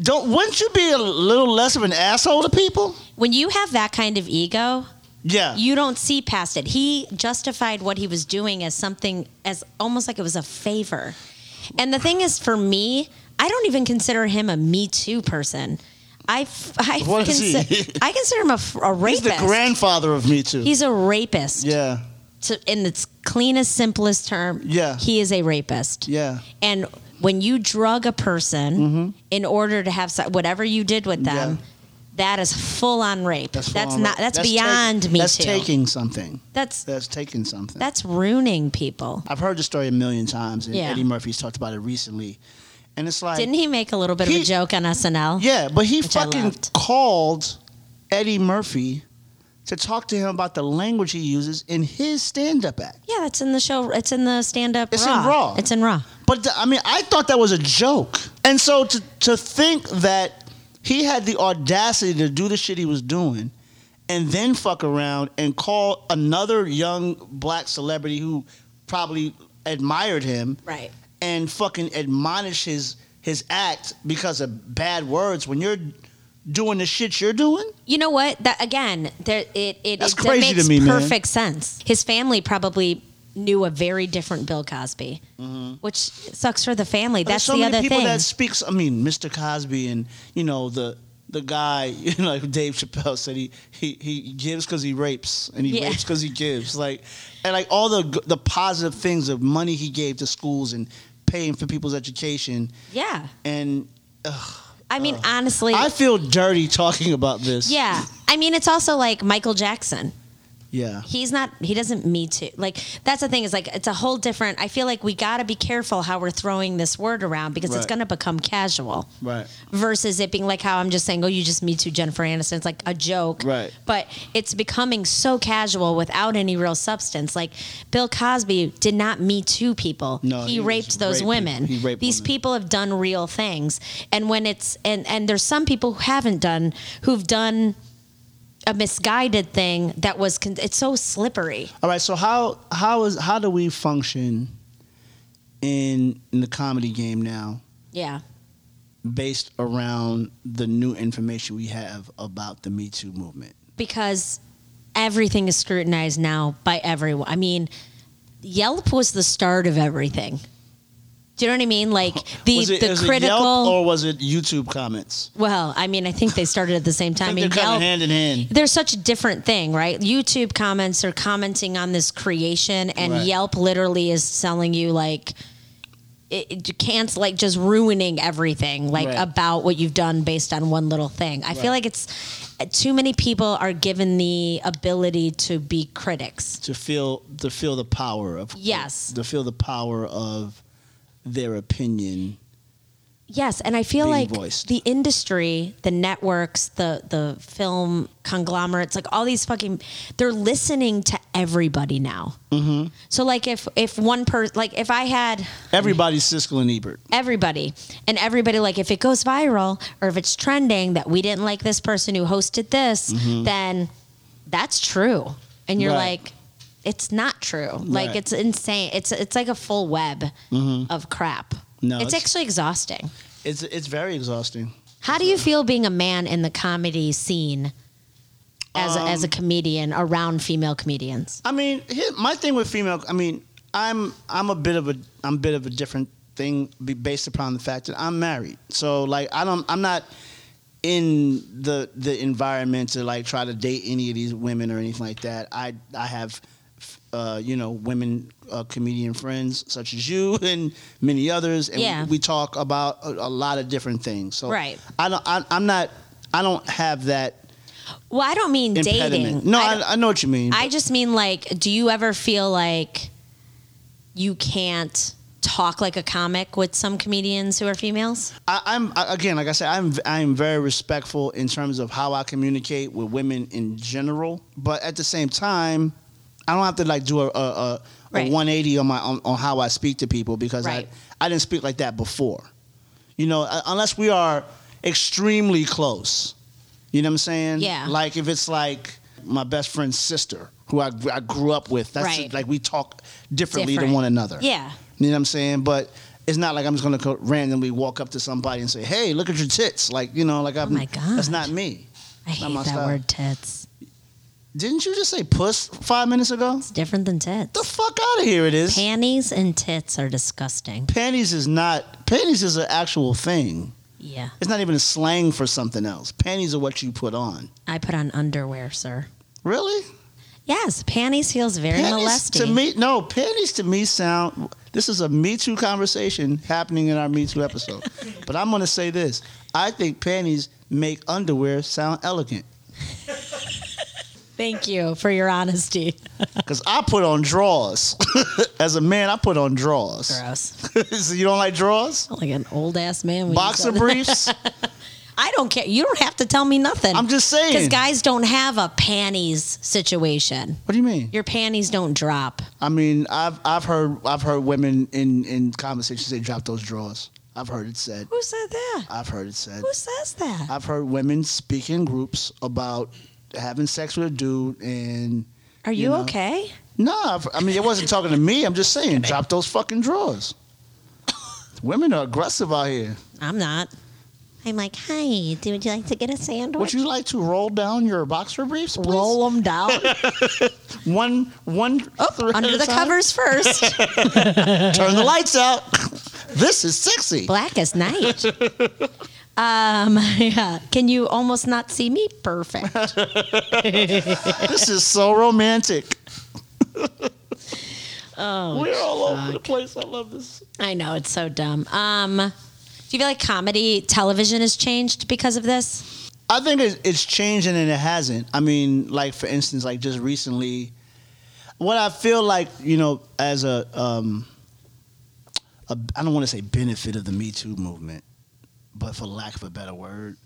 S3: Don't wouldn't you be a little less of an asshole to people?
S1: When you have that kind of ego,
S3: Yeah.
S1: you don't see past it. He justified what he was doing as something as almost like it was a favor. And the thing is, for me, I don't even consider him a Me Too person. I, f- I,
S3: [LAUGHS] What is he?
S1: consi- I consider him a, f- a
S3: He's
S1: rapist.
S3: the grandfather of me too.
S1: He's a rapist.
S3: yeah.
S1: To, in its cleanest, simplest term,
S3: Yeah.
S1: he is a rapist.
S3: Yeah.
S1: And when you drug a person in order to have se- whatever you did with them,
S3: Mm-hmm. Yeah.
S1: that is full on rape. That's,
S3: wrong,
S1: not.
S3: right?
S1: That's,
S3: take-
S1: beyond me
S3: That's
S1: too.
S3: taking something.
S1: that's
S3: That's taking something.
S1: that's ruining people.
S3: I've heard the story a million times, and
S1: Yeah.
S3: Eddie Murphy's talked about it recently. And it's like,
S1: Didn't he make a little bit of
S3: He-
S1: a joke on SNL?
S3: yeah, but he
S1: Which I
S3: fucking
S1: loved.
S3: called Eddie Murphy to talk to him about the language he uses in his stand-up act.
S1: Yeah, it's in the show. It's in the stand-up.
S3: It's in
S1: raw.
S3: Raw.
S1: It's in raw.
S3: But th- I mean, I thought that was a joke, and so to to think that he had the audacity to do the shit he was doing, and then fuck around and call another young black celebrity who probably admired him,
S1: Right.
S3: and fucking admonish his his act because of bad words when you're doing the shit you're doing.
S1: You know what? That again, there, it it,
S3: That's
S1: it
S3: crazy to
S1: makes
S3: me, man.
S1: perfect sense. His family probably knew a very different Bill Cosby, which sucks for the family.
S3: Mm-hmm. There's
S1: That's
S3: so
S1: the
S3: many
S1: other
S3: people
S1: thing.
S3: that speaks. I mean, Mr. Cosby and you know the the guy, [LAUGHS] you know, like Dave Chappelle said he he he gives because he rapes and he
S1: Yeah.
S3: rapes because he gives. Like and like all the g- the positive things of money he gave to schools and paying for people's education
S1: yeah,
S3: and. Ugh,
S1: I mean, honestly,
S3: I feel dirty talking about this.
S1: yeah. I mean, it's also like Michael Jackson.
S3: Yeah.
S1: he's not he doesn't me too like that's the thing is like it's a whole different i feel like we got to be careful how we're throwing this word around because it's
S3: Right.
S1: going to become casual
S3: Right.
S1: versus it being like how i'm just saying oh you just me too jennifer aniston it's like a joke
S3: Right.
S1: but it's becoming so casual without any real substance like bill cosby did not me too people
S3: No,
S1: he,
S3: he was
S1: raped those
S3: raped.
S1: women
S3: He raped
S1: these
S3: women.
S1: people have done real things and when it's and and there's some people who haven't done who've done a misguided thing that was con- it's so slippery
S3: All right. So how how is how do we function in in the comedy game now,
S1: yeah
S3: based around the new information we have about the Me Too movement?
S1: because everything is scrutinized now by everyone. I mean, Yelp was the start of everything. Do you know what I mean?
S3: [LAUGHS]
S1: Like the
S3: was it,
S1: the
S3: was
S1: critical.
S3: it Yelp or was it YouTube comments?
S1: well, I mean, I think they started at the same
S3: I
S1: time.
S3: think
S1: mean,
S3: they're kind
S1: Yelp-
S3: of hand in hand.
S1: they're such a different thing, right? YouTube comments are commenting on this creation, and
S3: Right.
S1: Yelp literally is selling you like it, it can't like just ruining everything like
S3: Right.
S1: about what you've done based on one little thing. I feel
S3: Right.
S1: like it's too many people are given the ability to be critics.
S3: to feel to feel the power of
S1: Yes.
S3: to feel the power of their opinion
S1: Yes, and I feel like
S3: Being voiced.
S1: the industry, the networks, the the film conglomerates, like all these fucking, they're listening to everybody now. Mm-hmm. So like if if one person, like if I had
S3: everybody's Siskel and Ebert
S1: everybody and everybody like if it goes viral or if it's trending that we didn't like this person who hosted this then that's true and you're
S3: Mm-hmm. Right.
S1: like it's not true like
S3: Right. Mm-hmm.
S1: it's insane it's it's like a full web of crap
S3: No,
S1: it's,
S3: it's-
S1: actually exhausting
S3: it's it's very exhausting
S1: how do you feel being a man in the comedy scene as a, as a comedian around female comedians
S3: I mean here, my thing with female I mean I'm I'm a bit of a I'm a bit of a different thing be- based upon the fact that I'm married so like I don't I'm not in the the environment to like try to date any of these women or anything like that I I have uh, you know women uh, comedian friends such as you [LAUGHS] and many others and
S1: Yeah.
S3: we, we talk about a, a lot of different things so
S1: Right.
S3: I don't I, I'm not I don't have that
S1: well i don't mean
S3: impediment
S1: dating
S3: no
S1: I
S3: I, I, know what you mean
S1: I just mean like, do you ever feel like you can't talk like a comic with some comedians who are females?
S3: I, I'm I- again, like I said, I'm I'm very respectful in terms of how I communicate with women in general. But at the same time, I don't have to like do a a, a,
S1: Right.
S3: a 180 on my on, on how I speak to people because
S1: Right.
S3: I I didn't speak like that before. You know, uh, unless we are extremely close. You know what I'm saying?
S1: Yeah.
S3: Like if it's like my best friend's sister who I, I grew up with. That's
S1: Right.
S3: like we talk differently
S1: Different.
S3: to one another.
S1: Yeah.
S3: You know what I'm saying? But it's not like I'm just gonna go randomly walk up to somebody and say, "Hey, look at your tits!" Like you know, like I'm.
S1: my God.
S3: That's not me.
S1: I hate
S3: my
S1: that
S3: style.
S1: word tits.
S3: Didn't you just say puss five minutes ago?
S1: It's different than
S3: The
S1: tits.
S3: fuck out of here! It is.
S1: Panties and tits are disgusting.
S3: panties is not. Panties is an actual thing.
S1: Yeah.
S3: It's not even a slang for something else. Panties are what you put on.
S1: I put on underwear, sir.
S3: Really?
S1: Yes, panties feels very
S3: Panties
S1: molesting.
S3: to me, no. Panties to me sound. This is a Me Too conversation happening in our Me Too episode. but I'm gonna say this. I think panties make underwear sound elegant.
S1: Thank you for your honesty.
S3: Cause I put on drawers. [LAUGHS] As a man, I put on drawers.
S1: Gross.
S3: [LAUGHS] so you don't like drawers?
S1: Like an old ass man. when you
S3: Boxer
S1: said that. [LAUGHS]
S3: briefs?
S1: I don't care. You don't have to tell me nothing.
S3: I'm just
S1: Because
S3: saying.
S1: guys don't have a panties situation.
S3: what do you mean?
S1: Your panties don't drop.
S3: I mean, I've I've heard I've heard women in in conversations say drop those drawers. I've heard it said.
S1: Who said that?
S3: I've heard it said.
S1: Who says that?
S3: I've heard women speak in groups about having sex with a dude and
S1: Are you,
S3: you know.
S1: okay?
S3: no, I've, I mean it wasn't talking to me. I'm just saying drop those fucking drawers. women are aggressive out here.
S1: I'm not. I'm like, hi, do- would you like to get a sandwich?
S3: Would you like to roll down your boxer briefs, please?
S1: roll them
S3: [LAUGHS]
S1: down Oh,
S3: One, one thread at
S1: under
S3: a
S1: the
S3: time?
S1: covers
S3: [LAUGHS]
S1: first?
S3: Turn the lights out. [LAUGHS] this is sexy.
S1: Black as night. Um, [LAUGHS] yeah. Can you almost not see me? Perfect.
S3: This is so romantic.
S1: [LAUGHS]
S3: oh, [LAUGHS] we're all over the place. I love this.
S1: I know it's so dumb. Um, do you feel like comedy television has changed because of this?
S3: I think it's, it's changing and it hasn't. I mean, like for instance, like just recently, what I feel like, you know, as a, um, a I don't want to say benefit of the Me Too movement, but for lack of a better word,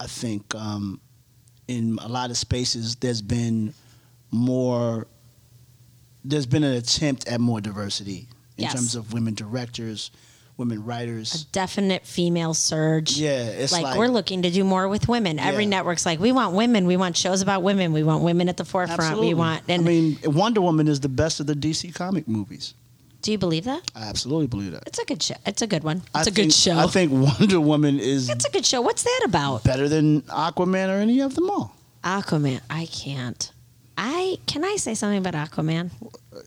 S3: I think um, in a lot of spaces there's been more. There's been an attempt at more diversity in
S1: Yes.
S3: terms of women directors, women writers.
S1: Definite female surge.
S3: Yeah, it's
S1: like,
S3: like,
S1: we're looking to do more with women. Every
S3: Yeah.
S1: network's like, we want women. We want shows about women. We want women at the forefront.
S3: Absolutely.
S1: We want. And
S3: I mean, Wonder Woman is the best of the DC comic movies.
S1: do you believe that?
S3: I absolutely believe that.
S1: It's a good show. It's a good one. It's
S3: I
S1: a
S3: think,
S1: good show.
S3: I think Wonder Woman is
S1: it's a good show. What's that about?
S3: better than Aquaman or any of them all.
S1: Aquaman. I can't. I can I say something about Aquaman?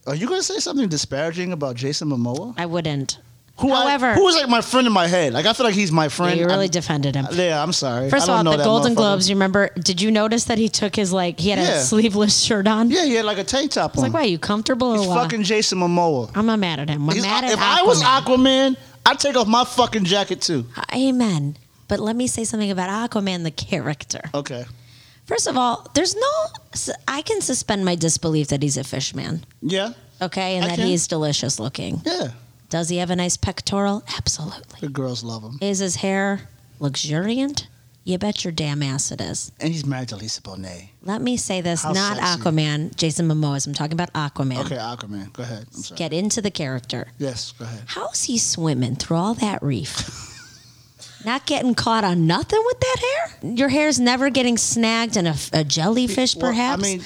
S3: Are you gonna say something disparaging about Jason Momoa?
S1: I wouldn't.
S3: Who I-
S1: However-
S3: who is like my friend in my head? Like I feel like he's my friend.
S1: you really
S3: I'm-
S1: defended him.
S3: Yeah, I'm sorry.
S1: First
S3: I
S1: of
S3: don't
S1: all,
S3: know
S1: the
S3: that
S1: Golden
S3: motherfucker.
S1: Globes. You remember? Did you notice that he took his like he had a [LAUGHS]
S3: Yeah.
S1: sleeveless shirt on?
S3: Yeah, yeah, like a tank top.
S1: It's like, why are you comfortable or
S3: He's
S1: what?
S3: fucking Jason Momoa.
S1: I'm not mad at him. I'm
S3: He's-
S1: mad at
S3: if I was
S1: Aquaman. Uh,
S3: Aquaman, I'd take off my fucking jacket too.
S1: Amen. But let me say something about Aquaman, the character.
S3: Okay.
S1: First of all, there's no. I can suspend my disbelief that he's a fish man,
S3: Yeah.
S1: okay, and
S3: I
S1: that
S3: can.
S1: he's delicious looking.
S3: Yeah.
S1: Does he have a nice pectoral? Absolutely.
S3: The girls love him.
S1: Is his hair luxuriant? You bet your damn ass it is.
S3: And he's married to Lisa Bonet.
S1: Let me say this,
S3: How
S1: not
S3: sexy.
S1: Aquaman, Jason Momoa. I'm talking about Aquaman.
S3: Okay, Aquaman. Go ahead. I'm sorry.
S1: Get into the character.
S3: Yes, go ahead.
S1: How's he swimming through all that
S3: [LAUGHS]
S1: reef? Not getting caught on nothing with that hair? Your hair's never getting snagged in a, a jellyfish,
S3: Well,
S1: perhaps?
S3: I mean,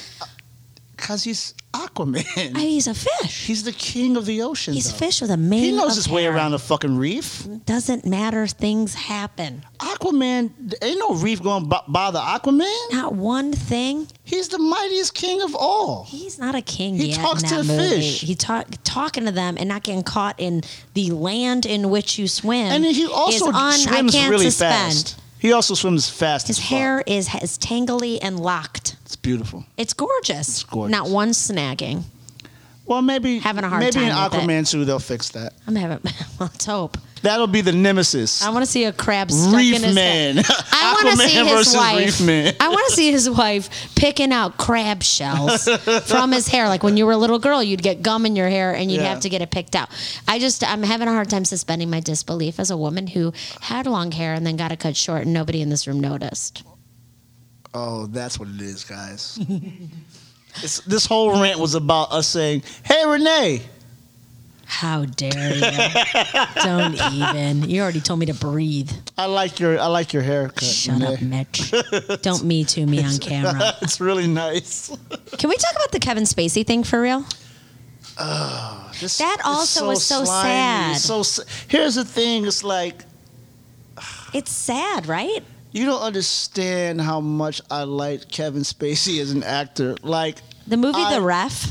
S3: because he's Aquaman.
S1: I- he's a fish.
S3: [LAUGHS] he's the king of the ocean.
S1: He's a
S3: though.
S1: fish with a mane.
S3: He knows
S1: of
S3: his way
S1: hair.
S3: around a fucking reef.
S1: Doesn't matter. Things happen.
S3: Aquaman, there ain't no reef going to bother Aquaman.
S1: Not one thing.
S3: He's the mightiest king of all.
S1: He's not a king
S3: He
S1: yet
S3: talks
S1: in
S3: to
S1: that
S3: the
S1: movie.
S3: fish.
S1: He talk talking to them and not getting caught in the land in which you swim.
S3: And he also
S1: is on,
S3: swims
S1: I can't
S3: really
S1: suspend.
S3: fast. He also swims fast.
S1: His
S3: as fuck.
S1: hair is is tangly and locked.
S3: It's beautiful.
S1: It's gorgeous.
S3: It's gorgeous.
S1: Not one snagging.
S3: Well, maybe
S1: Having a hard
S3: maybe in
S1: time with it.
S3: Aquaman 2 they'll fix that.
S1: I'm having. [LAUGHS] Let's hope.
S3: That'll be the nemesis.
S1: I want to see a crab stuck in
S3: Reef
S1: his
S3: man.
S1: Head. I want to
S3: Aquaman
S1: see his
S3: versus
S1: wife.
S3: reef man.
S1: I want to see his wife picking out crab
S3: [LAUGHS]
S1: shells from his hair. Like when you were a little girl, you'd get gum in your hair and you'd
S3: Yeah.
S1: have to get it picked out. I just I'm having a hard time suspending my disbelief as a woman who had long hair and then got it cut short and nobody in this room noticed.
S3: Oh, that's what it
S1: [LAUGHS]
S3: is, guys. it's, this whole rant was about us saying, "Hey, Renee,
S1: How dare you?
S3: [LAUGHS]
S1: Don't even. You already told me to breathe.
S3: I like your I like your haircut."
S1: Shut
S3: Renee.
S1: up, Mitch. Don't me to me on camera.
S3: it's [LAUGHS] really nice.
S1: Can we talk about the Kevin Spacey thing for real?
S3: This
S1: That
S3: is
S1: also was so
S3: slimy.
S1: sad.
S3: It's So s- here's the thing: it's like
S1: It's sad, right?
S3: you don't understand how much I like Kevin Spacey as an actor. Like,
S1: The movie
S3: I-
S1: The Ref.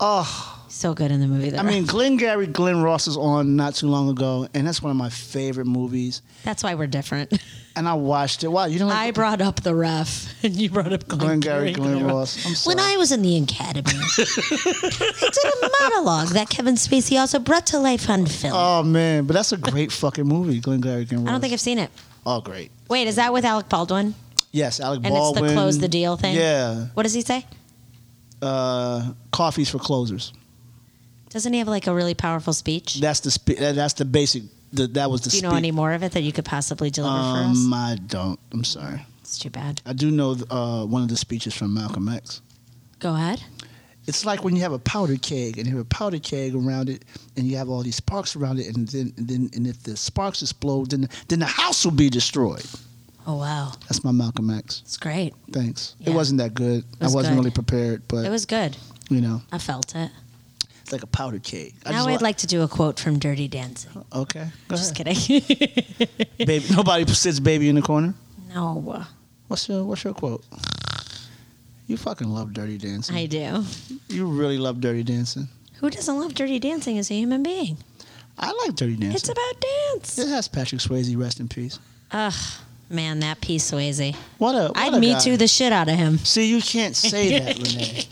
S3: oh,
S1: So good in the movie The
S3: I
S1: Ref.
S3: mean, Glengarry Glenn Ross is on not too long ago, and that's one of my favorite movies.
S1: That's why we're different.
S3: And I watched it. Wow, you don't [LAUGHS]
S1: I
S3: like
S1: brought up The Ref, and you brought up Glenn
S3: Glengarry Glenn Ross? I'm sorry.
S1: When I was in the
S3: [LAUGHS]
S1: academy, I did a monologue that Kevin Spacey also brought to life on film.
S3: Oh man, but that's a great fucking movie, Glengarry Glenn Ross.
S1: I don't think I've seen it.
S3: Oh, great.
S1: Wait, is that with Alec Baldwin?
S3: Yes, Alec
S1: And
S3: Baldwin.
S1: it's the close the deal thing?
S3: Yeah,
S1: What does he say?
S3: uh, coffees for closers.
S1: Doesn't he have like a really powerful speech?
S3: That's the spe- that- that's the basic. The, that was the.
S1: Do you know
S3: spe-
S1: any more of it that you could possibly deliver for us?
S3: Um, I don't. I'm sorry.
S1: It's too bad.
S3: I do know uh, one of the speeches from Malcolm X.
S1: Go ahead.
S3: It's like when you have a powder keg and you have a powder keg around it, and you have all these sparks around it, and then and then and if the sparks explode, then then the house will be destroyed.
S1: Oh wow,
S3: That's my Malcolm X.
S1: it's great.
S3: Thanks.
S1: Yeah.
S3: It wasn't that good. I
S1: was
S3: wasn't
S1: good.
S3: really prepared, but
S1: It was good.
S3: you know,
S1: I felt it.
S3: it's like a powder keg. I
S1: Now
S3: just
S1: I'd
S3: wa-
S1: like to do a quote from Dirty Dancing.
S3: Okay. Go
S1: Just
S3: ahead.
S1: kidding. [LAUGHS]
S3: Baby, nobody sits baby in the corner.
S1: no,
S3: What's your What's your quote? You fucking love Dirty Dancing.
S1: I do.
S3: You really love Dirty Dancing.
S1: Who doesn't love Dirty Dancing as a human being?
S3: I like Dirty
S1: It's
S3: Dancing.
S1: about dance.
S3: it has Patrick Swayze. Rest in peace.
S1: Ugh, man, that P. Swayze.
S3: What a. What
S1: I'd
S3: a
S1: me
S3: guy.
S1: too the shit out of him.
S3: See, you can't
S1: [LAUGHS]
S3: say that, Renee.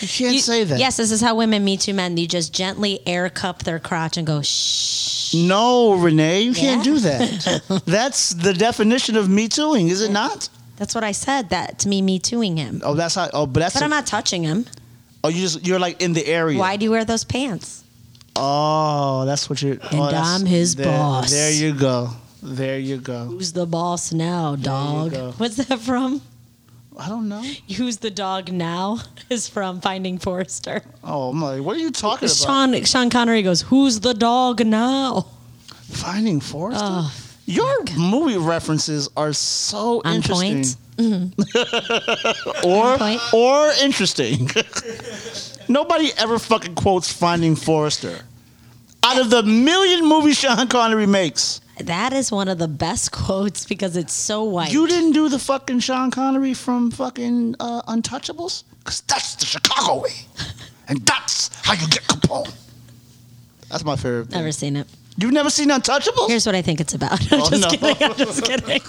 S3: You can't
S1: You-
S3: say that.
S1: Yes, this is how women me too men. You just gently air cup their crotch and go shh.
S3: No, Renee, you can't
S1: Yeah. [LAUGHS]
S3: do that. that's the definition of me tooing, is it not?
S1: That's what I said. That to me, me tooing him.
S3: Oh, that's how. Oh, but that's.
S1: But
S3: a-
S1: I'm not touching him.
S3: oh, you just you're like in the area.
S1: Why do you wear those pants?
S3: Oh, that's what you're.
S1: And
S3: oh, that's-
S1: I'm his
S3: there-
S1: boss.
S3: There you go. There you go.
S1: Who's the boss now, dog?
S3: go.
S1: What's that from?
S3: I don't know.
S1: Who's the dog now [LAUGHS] is from Finding Forrester.
S3: Oh, I'm like, what are you talking about?
S1: Sean Sean Connery goes, "Who's the dog now?"
S3: Finding Forrester.
S1: Oh,
S3: Your movie references are so
S1: On
S3: interesting.
S1: point.
S3: or
S1: On point.
S3: or interesting. [LAUGHS] Nobody ever fucking quotes Finding Forrester. Out of the million movies Sean Connery makes,
S1: that is one of the best [LAUGHS] quotes because it's so white.
S3: You didn't do the fucking Sean Connery from fucking uh, Untouchables? Because that's the Chicago way.
S1: [LAUGHS]
S3: And that's how you get Capone. That's my favorite. thing.
S1: Never seen it.
S3: You've never seen Untouchables?
S1: Here's what I think it's about. [LAUGHS] I'm
S3: Oh,
S1: just
S3: no.
S1: kidding. I'm just kidding.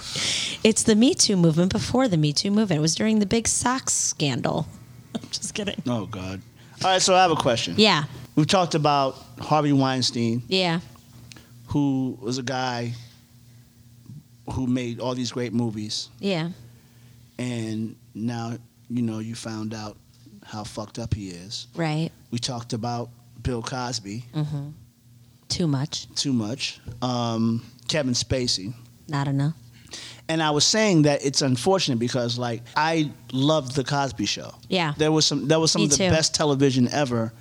S1: It's the Me Too movement before the Me Too movement. It was during the big socks scandal. [LAUGHS] I'm just kidding.
S3: oh, God. All right, so I have a question.
S1: Yeah.
S3: We've talked about Harvey Weinstein,
S1: Yeah.
S3: who was a guy who made all these great movies.
S1: Yeah.
S3: And now, you know, you found out how fucked up he is.
S1: Right.
S3: We talked about Bill Cosby
S1: Too much.
S3: too much, um, Kevin Spacey.
S1: Not enough.
S3: And I was saying that it's unfortunate because like I loved the Cosby Show.
S1: Yeah.
S3: There was some that was some
S1: Me
S3: of the
S1: too.
S3: best television ever.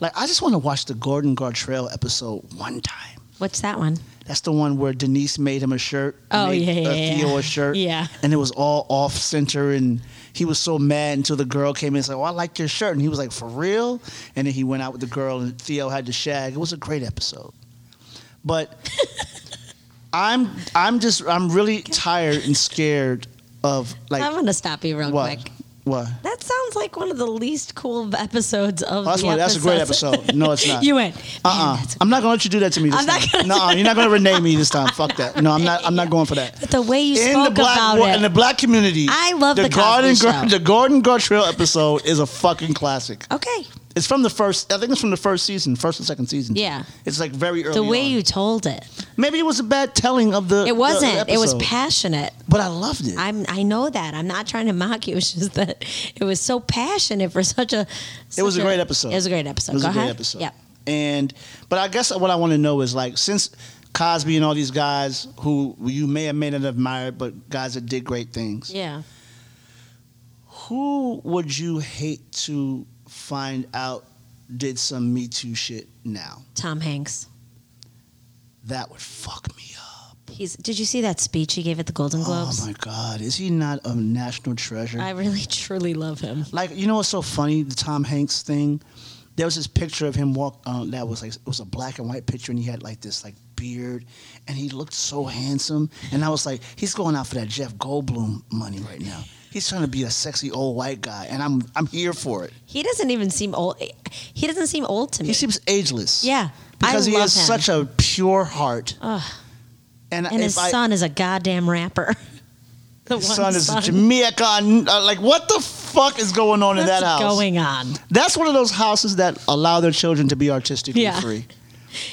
S3: Like I just want to watch the Gordon Gartrell episode one time.
S1: What's that one?
S3: That's the one where Denise made him a shirt.
S1: Oh,
S3: made,
S1: yeah, yeah,
S3: uh,
S1: yeah.
S3: Theo a shirt.
S1: Yeah.
S3: And it was all off center, and he was so mad until the girl came in and said, "Oh, I like your shirt," and he was like, "For real?" And then he went out with the girl, and Theo had to shag. It was a great episode, but
S1: [LAUGHS]
S3: I'm I'm just I'm really tired and scared of like
S1: I'm gonna stop you real
S3: what
S1: quick.
S3: what.
S1: That sounds like one of the least cool episodes of
S3: Oh, that's,
S1: the
S3: one, that's a great
S1: episodes.
S3: episode. No, it's
S1: [LAUGHS]
S3: not.
S1: you went.
S3: Uh
S1: "Man,
S3: uh-uh.
S1: that's
S3: I'm not gonna let you do that to me this
S1: I'm not
S3: time.
S1: gonna-
S3: No, you're not gonna rename me this time. Fuck that. No, I'm not. I'm not going for that.
S1: But the way [LAUGHS] you
S3: in
S1: spoke
S3: the black
S1: about
S3: wor-
S1: it.
S3: in the black community.
S1: I love the Cosby
S3: Gordon
S1: Show.
S3: the Gordon Gartrell episode is a fucking classic.
S1: okay.
S3: It's from the first. I think it's from the first season, first and second season.
S1: Yeah.
S3: it's like very early.
S1: The way
S3: on.
S1: you told it.
S3: maybe it was a bad telling of the. the- the
S1: It wasn't. It was
S3: episode,
S1: passionate.
S3: but I loved it.
S1: I'm I know that. I'm not trying to mock you. [LAUGHS] It's just that it was so passionate for such a
S3: it was
S1: such
S3: a great episode.
S1: It was a great episode.
S3: It was
S1: Go
S3: a great
S1: ahead.
S3: episode.
S1: Yep.
S3: And but I guess what I want to know is like since Cosby and all these guys who you may or may not admire, but guys that did great things.
S1: Yeah.
S3: Who would you hate to find out did some Me Too shit now?
S1: Tom Hanks.
S3: That would fuck me up.
S1: He's did you see that speech he gave at the Golden Globes?
S3: Oh my God. Is he not a national treasure?
S1: I really [LAUGHS] truly love him.
S3: like, you know what's so funny? The Tom Hanks thing. There was this picture of him walk uh, that was like it was a black and white picture and he had like this like beard and he looked so handsome and I was like he's going out for that Jeff Goldblum money right now. He's trying to be a sexy old white guy and I'm I'm here for it.
S1: He doesn't even seem old. He doesn't seem old to me.
S3: He seems ageless.
S1: yeah.
S3: because
S1: I
S3: he
S1: love
S3: has
S1: him.
S3: such a pure heart.
S1: and his
S3: if I-
S1: son is a goddamn rapper. [LAUGHS] The
S3: his
S1: one
S3: son is a Jamaican. Uh, like, what the fuck is going on in
S1: What's
S3: that house?
S1: going on?
S3: That's one of those houses that allow their children to be artistically
S1: Yeah.
S3: free.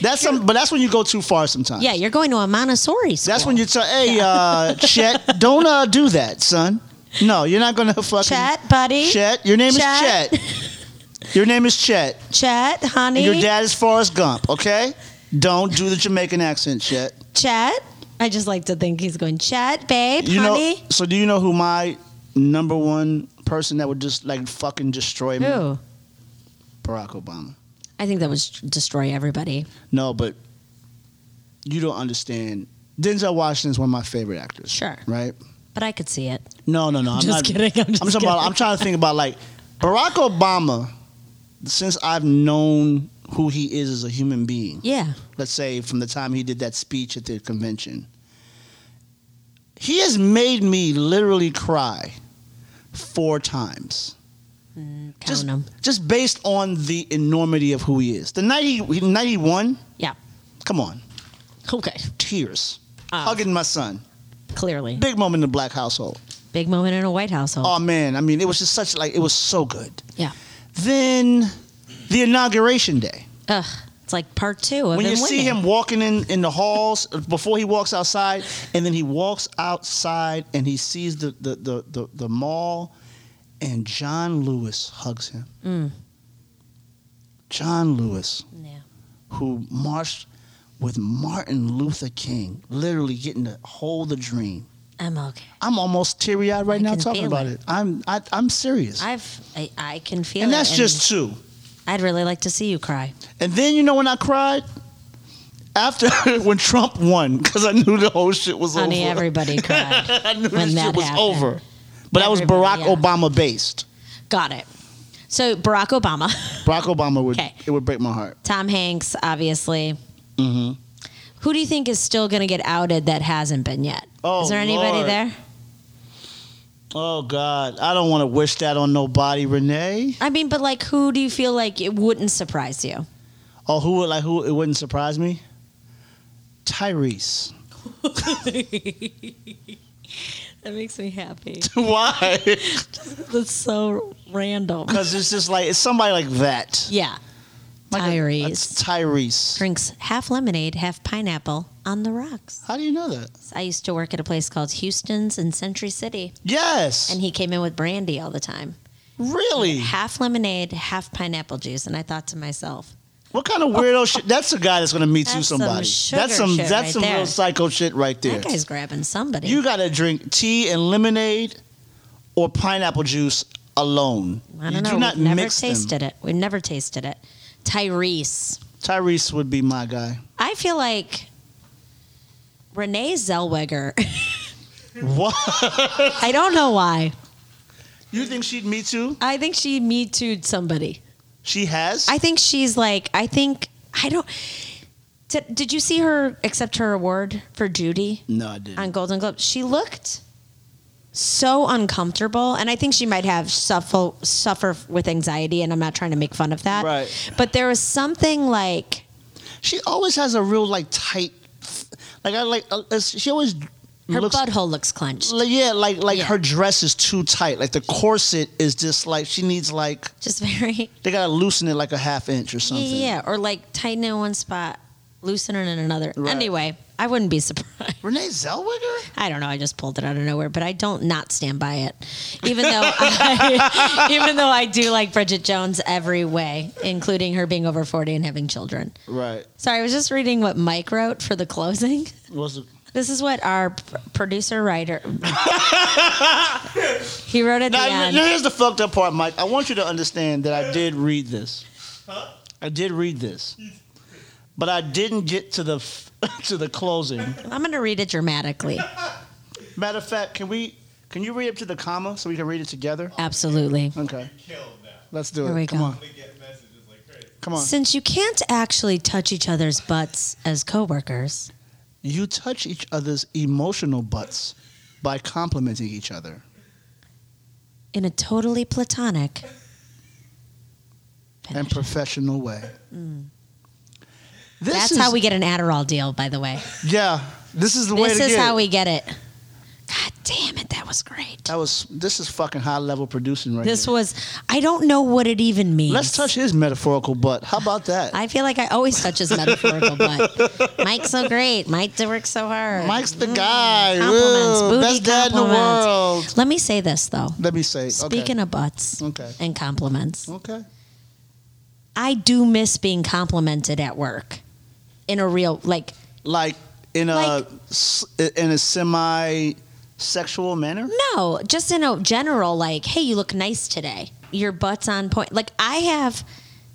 S3: That's some, but that's when you go too far sometimes.
S1: Yeah, you're going to a Montessori school.
S3: That's when you tell, hey,
S1: [LAUGHS]
S3: uh, Chet, don't uh, do that, son. No, you're not gonna fucking
S1: Chet, buddy.
S3: Chet, your name
S1: Chet.
S3: is Chet. Your name is Chet.
S1: Chet, honey.
S3: And your dad is Forrest Gump. Okay, don't do the Jamaican accent, Chet.
S1: Chet. I just like to think he's going, Chet, babe,
S3: You
S1: honey.
S3: know. So do you know who my number one person that would just like fucking destroy me?
S1: Who?
S3: Barack Obama.
S1: I think that was destroy everybody.
S3: No, but you don't understand. Denzel Washington is one of my favorite actors.
S1: Sure.
S3: Right?
S1: But I could see it.
S3: No, no, no. I'm
S1: Just
S3: not,
S1: kidding, I'm [LAUGHS] just
S3: talking About,
S1: kidding.
S3: I'm trying to think about like Barack Obama. Since I've known who he is as a human being,
S1: Yeah.
S3: let's say from the time he did that speech at the convention, he has made me literally cry four times.
S1: Count
S3: just,
S1: them.
S3: just based on the enormity of who he is. The night he, the night he won,
S1: Yeah.
S3: come on,
S1: Okay.
S3: tears.
S1: Ah.
S3: Hugging my son.
S1: Clearly.
S3: Big moment in the black household.
S1: Big moment in a White household.
S3: Oh man, I mean, it was just such like it was so good.
S1: yeah.
S3: Then the inauguration day.
S1: Ugh. It's like part two of
S3: when
S1: him
S3: you see
S1: winning.
S3: him walking in, in the halls uh, before he walks outside, and then he walks outside and he sees the the the, the, the mall, and John Lewis hugs him. John Lewis.
S1: Mm. Yeah.
S3: who marched with Martin Luther King, literally getting to hold the dream.
S1: I'm okay.
S3: I'm almost teary eyed right
S1: I
S3: now
S1: can
S3: talking
S1: feel
S3: about
S1: it.
S3: it. I'm I, I'm serious,
S1: I've I, I can feel
S3: and
S1: it.
S3: that's just two.
S1: I'd really like to see you cry.
S3: And then you know when I cried after [LAUGHS] when Trump won because I knew the whole shit was
S1: Honey,
S3: over. [LAUGHS]
S1: everybody cried.
S3: I knew
S1: when
S3: the
S1: that
S3: shit was
S1: happened.
S3: over. But I was Barack
S1: Everybody, yeah.
S3: Obama based.
S1: Got it. So Barack Obama, [LAUGHS]
S3: Barack Obama would
S1: Okay.
S3: it would break my heart.
S1: Tom Hanks, obviously.
S3: hmm
S1: Who do you think is still going to get outed that hasn't been yet?
S3: Oh,
S1: is there anybody
S3: Lord.
S1: there?
S3: Oh God, I don't want to wish that on nobody, Renee.
S1: I mean, but like, who do you feel like it wouldn't surprise you?
S3: Oh, who would like who? It wouldn't surprise me. Tyrese.
S1: [LAUGHS]
S3: [LAUGHS]
S1: That makes me happy.
S3: Why?
S1: That's so random.
S3: Because it's just like it's somebody like that.
S1: Yeah.
S3: Like a-
S1: Tyrese.
S3: that's Tyrese.
S1: Drinks half lemonade, half pineapple on the rocks.
S3: How do you know that?
S1: I used to work at a place called Houston's in Century City,
S3: Yes.
S1: and he came in with brandy all the time.
S3: really?
S1: Half lemonade, half pineapple juice. And I thought to myself,
S3: What kind of weirdo shit? That's a guy that's gonna meet you
S1: That's some
S3: somebody.
S1: sugar
S3: that's some
S1: shit
S3: that's
S1: right
S3: some
S1: there.
S3: real psycho shit right there.
S1: that guy's grabbing somebody.
S3: You gotta drink tea and lemonade or pineapple juice alone.
S1: I
S3: you
S1: don't
S3: do
S1: know.
S3: not
S1: We've never
S3: mix them.
S1: tasted it. We've never tasted it. Tyrese.
S3: Tyrese would be my guy.
S1: I feel like Renee Zellweger. [LAUGHS]
S3: What?
S1: I don't know why.
S3: You think she'd meet you?
S1: I think she me too'd somebody.
S3: She has.
S1: I think she's like, I think, I don't. Did, did you see her accept her award for Judy
S3: no, I didn't.
S1: on Golden Globe? She looked so uncomfortable, and I think she might have suffer suffer with anxiety. And I'm not trying to make fun of that,
S3: Right.
S1: But there was something like
S3: she always has a real like tight, like I like. Uh, it's- she always
S1: her
S3: looks.
S1: butthole looks clenched.
S3: like, yeah, like like
S1: Yeah.
S3: her dress is too tight. Like the corset is just like she needs like
S1: Just very [LAUGHS]
S3: they gotta loosen it like a half inch or something.
S1: yeah, yeah, or like tighten in one spot, loosen it in another.
S3: Right.
S1: Anyway, I wouldn't be [LAUGHS] surprised.
S3: Renee Zellweger?
S1: I don't know. I just pulled it out of nowhere, but I don't not stand by it. Even though, I, [LAUGHS] even though I do like Bridget Jones every way, including her being over forty and having children.
S3: Right.
S1: Sorry, I was just reading what Mike wrote for the closing. [LAUGHS]
S3: Was it?
S1: This is what our p- producer writer. he wrote at the
S3: Now,
S1: end.
S3: now here's the fucked up part, Mike. I want you to understand that I did read this. I did read this, but I didn't get to the f- [LAUGHS] to the closing.
S1: I'm going to read it dramatically.
S3: Matter of fact, can we? Can you read up to the comma so we can read it together?
S1: Absolutely.
S3: Okay,
S4: killed now.
S3: let's do it.
S1: Here we
S3: Come
S1: go.
S3: on,
S4: They get messages like crazy.
S3: come on.
S1: Since you can't actually touch each other's butts as coworkers,
S3: You touch each other's emotional butts by complimenting each other.
S1: in a totally platonic
S3: and professional way. This
S1: Mm. That's
S3: is,
S1: how we get an Adderall deal, by the way.
S3: Yeah, this is the way
S1: This
S3: to
S1: is
S3: get
S1: how
S3: it.
S1: we get it. God damn it, that was great.
S3: That was this is fucking high level producing right
S1: This
S3: here.
S1: was I don't know what it even means.
S3: Let's touch his metaphorical butt. How about that?
S1: I feel like I always touch his metaphorical butt. Mike's so great. Mike works so hard. Mm.
S3: Mike's the guy.
S1: compliments,
S3: Woo,
S1: booty
S3: best dad in the
S1: compliments.
S3: world.
S1: Let me say this though.
S3: Let me say.
S1: Speaking of butts
S3: Okay.
S1: and compliments,
S3: okay. okay.
S1: I do miss being complimented at work. In a real like
S3: Like in a
S1: Like-
S3: s- in a semi sexual manner.
S1: No, just in a general, like, hey, you look nice today. Your butt's on point. Like, I have,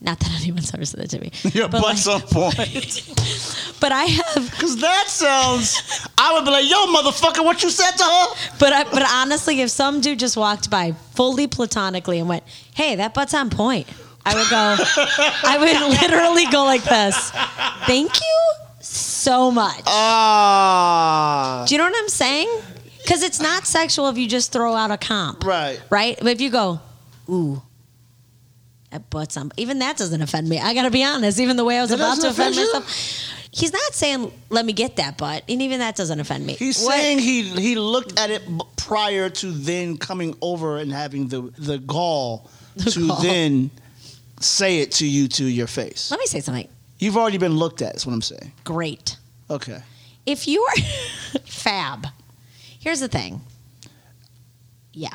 S1: not that [LAUGHS] anyone's ever said that to me.
S3: [LAUGHS] Your
S1: but
S3: butt's
S1: like,
S3: on point.
S1: [LAUGHS] But I have,
S3: [LAUGHS] Cause that sounds. I would be like, yo, motherfucker, what you said to her?
S1: but I, but honestly, if some dude just walked by fully platonically and went, hey, that butt's on point, I would go, I would [LAUGHS] literally go like this. Thank you so much.
S3: Ah.
S1: Do you know what I'm saying? Because it's not sexual if you just throw out a comp.
S3: Right.
S1: right? But if you go, ooh, that butt's on, even that doesn't offend me. I gotta be honest, even the way I was
S3: That
S1: about to
S3: doesn't
S1: offend
S3: offend you?
S1: myself, he's not saying, let me get that butt, and even that doesn't offend me.
S3: He's
S1: What-
S3: saying he he looked at it b- prior to then coming over and having the the gall to
S1: gall.
S3: then say it to you to your face.
S1: let me say something
S3: You've already been looked at. Is what I'm saying.
S1: great.
S3: Okay.
S1: If you are [LAUGHS] fab, here's the thing. Yeah,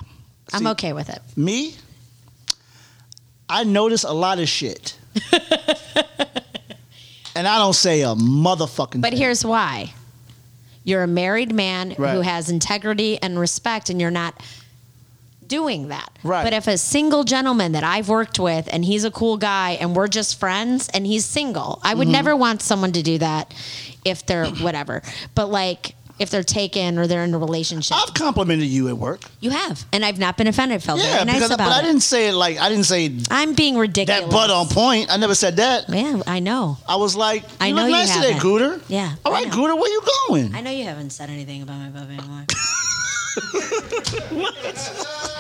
S1: I'm
S3: See-
S1: okay with it.
S3: Me, I notice a lot of
S1: [LAUGHS]
S3: shit, and I don't say a motherfucking.
S1: But
S3: thing.
S1: here's why. You're a married man who
S3: Right.
S1: has integrity and respect, and you're not doing that.
S3: Right.
S1: But if a single gentleman that I've worked with and he's a cool guy and we're just friends
S3: Mm-hmm.
S1: [CLEARS THROAT] and he's single, I would never want someone to do that if they're whatever. But like, if they're taken or they're in a relationship.
S3: I've complimented you at work.
S1: you have, and I've not been offended. Felt
S3: Yeah,
S1: very nice
S3: because
S1: about
S3: but I
S1: it.
S3: didn't say it like I didn't say
S1: I'm being ridiculous.
S3: that butt on point. I never said that.
S1: Yeah, I know.
S3: I was like,
S1: I
S3: you
S1: know
S3: look
S1: you
S3: nice today,
S1: haven't.
S3: Gooter.
S1: Yeah,
S3: All
S1: I
S3: right,
S1: know.
S3: Gooter, where you going?
S1: I know you haven't said anything about my butt being
S3: [LAUGHS]
S1: black.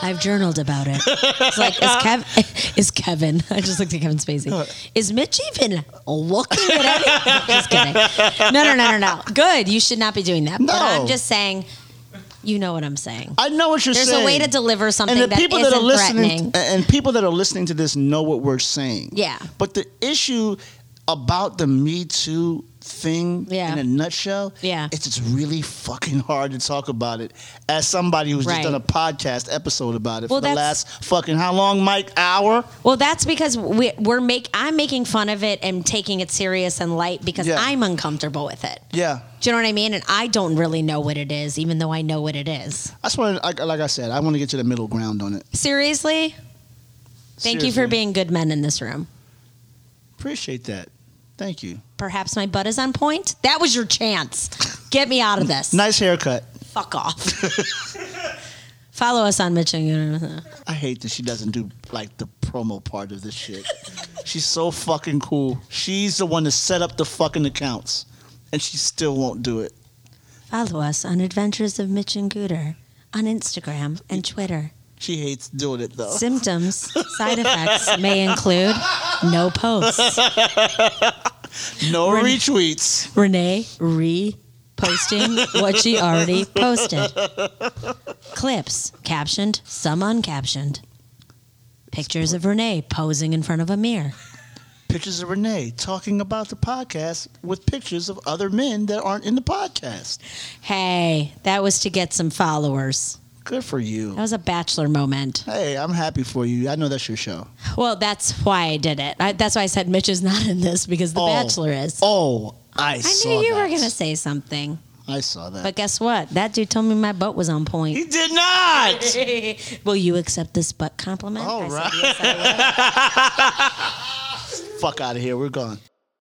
S1: I've journaled about it. It's like is, Kev- [LAUGHS] is Kevin? I just looked at Kevin Spacey. Is Mitch even looking at [LAUGHS] anything? Just kidding. No, no, no, no, no. Good. You should not be doing that. But
S3: No.
S1: I'm just saying. You know what I'm saying.
S3: I know what you're
S1: There's
S3: saying.
S1: a way to deliver something
S3: and the
S1: that
S3: people
S1: isn't
S3: that are listening
S1: threatening.
S3: and and people that are listening to this know what we're saying.
S1: Yeah.
S3: But the issue about the Me Too thing
S1: Yeah.
S3: in a nutshell,
S1: Yeah.
S3: it's it's really fucking hard to talk about it as somebody who's
S1: Right.
S3: just done a podcast episode about it
S1: Well,
S3: for the
S1: that's-
S3: last fucking how long, Mike? Hour?
S1: Well, that's because we, we're make I'm making fun of it and taking it serious and light because
S3: Yeah.
S1: I'm uncomfortable with it.
S3: Yeah.
S1: Do you know what I mean? And I don't really know what it is, even though I know what it is.
S3: I just want to, like, like I said, I want to get to the middle ground on it.
S1: Seriously? Thank you
S3: Seriously.
S1: for being good men in this room.
S3: Appreciate that. Thank you.
S1: Perhaps my butt is on point. That was your chance. Get me out of this.
S3: Nice haircut.
S1: Fuck off. [LAUGHS] Follow us on Mitch and Gunnar.
S3: I hate that she doesn't do like the promo part of this shit. She's so fucking cool. She's the one that set up the fucking accounts, and she still won't do it.
S1: Follow us on Adventures of Mitch and Gooder on Instagram and Twitter.
S3: She hates doing it though.
S1: Symptoms, side effects may include no posts.
S3: No
S1: Ren-
S3: retweets.
S1: Renee reposting what she already posted. Clips captioned, some uncaptioned. Pictures of Renee posing in front of a mirror.
S3: Pictures of Renee talking about the podcast with pictures of other men that aren't in the podcast.
S1: Hey, that was to get some followers.
S3: Good for you.
S1: That was a bachelor moment.
S3: Hey, I'm happy for you. I know that's your show.
S1: Well, that's why I did it. I, that's why I said Mitch is not in this because the
S3: Oh.
S1: bachelor is.
S3: Oh, I,
S1: I
S3: saw
S1: knew you
S3: that.
S1: were going to say something.
S3: I saw that.
S1: But guess what? That dude told me my butt was on point.
S3: he did not.
S1: [LAUGHS] Will you accept this butt compliment?
S3: All
S1: I said,
S3: right.
S1: "Yes, I will."
S3: Fuck out of here. We're gone.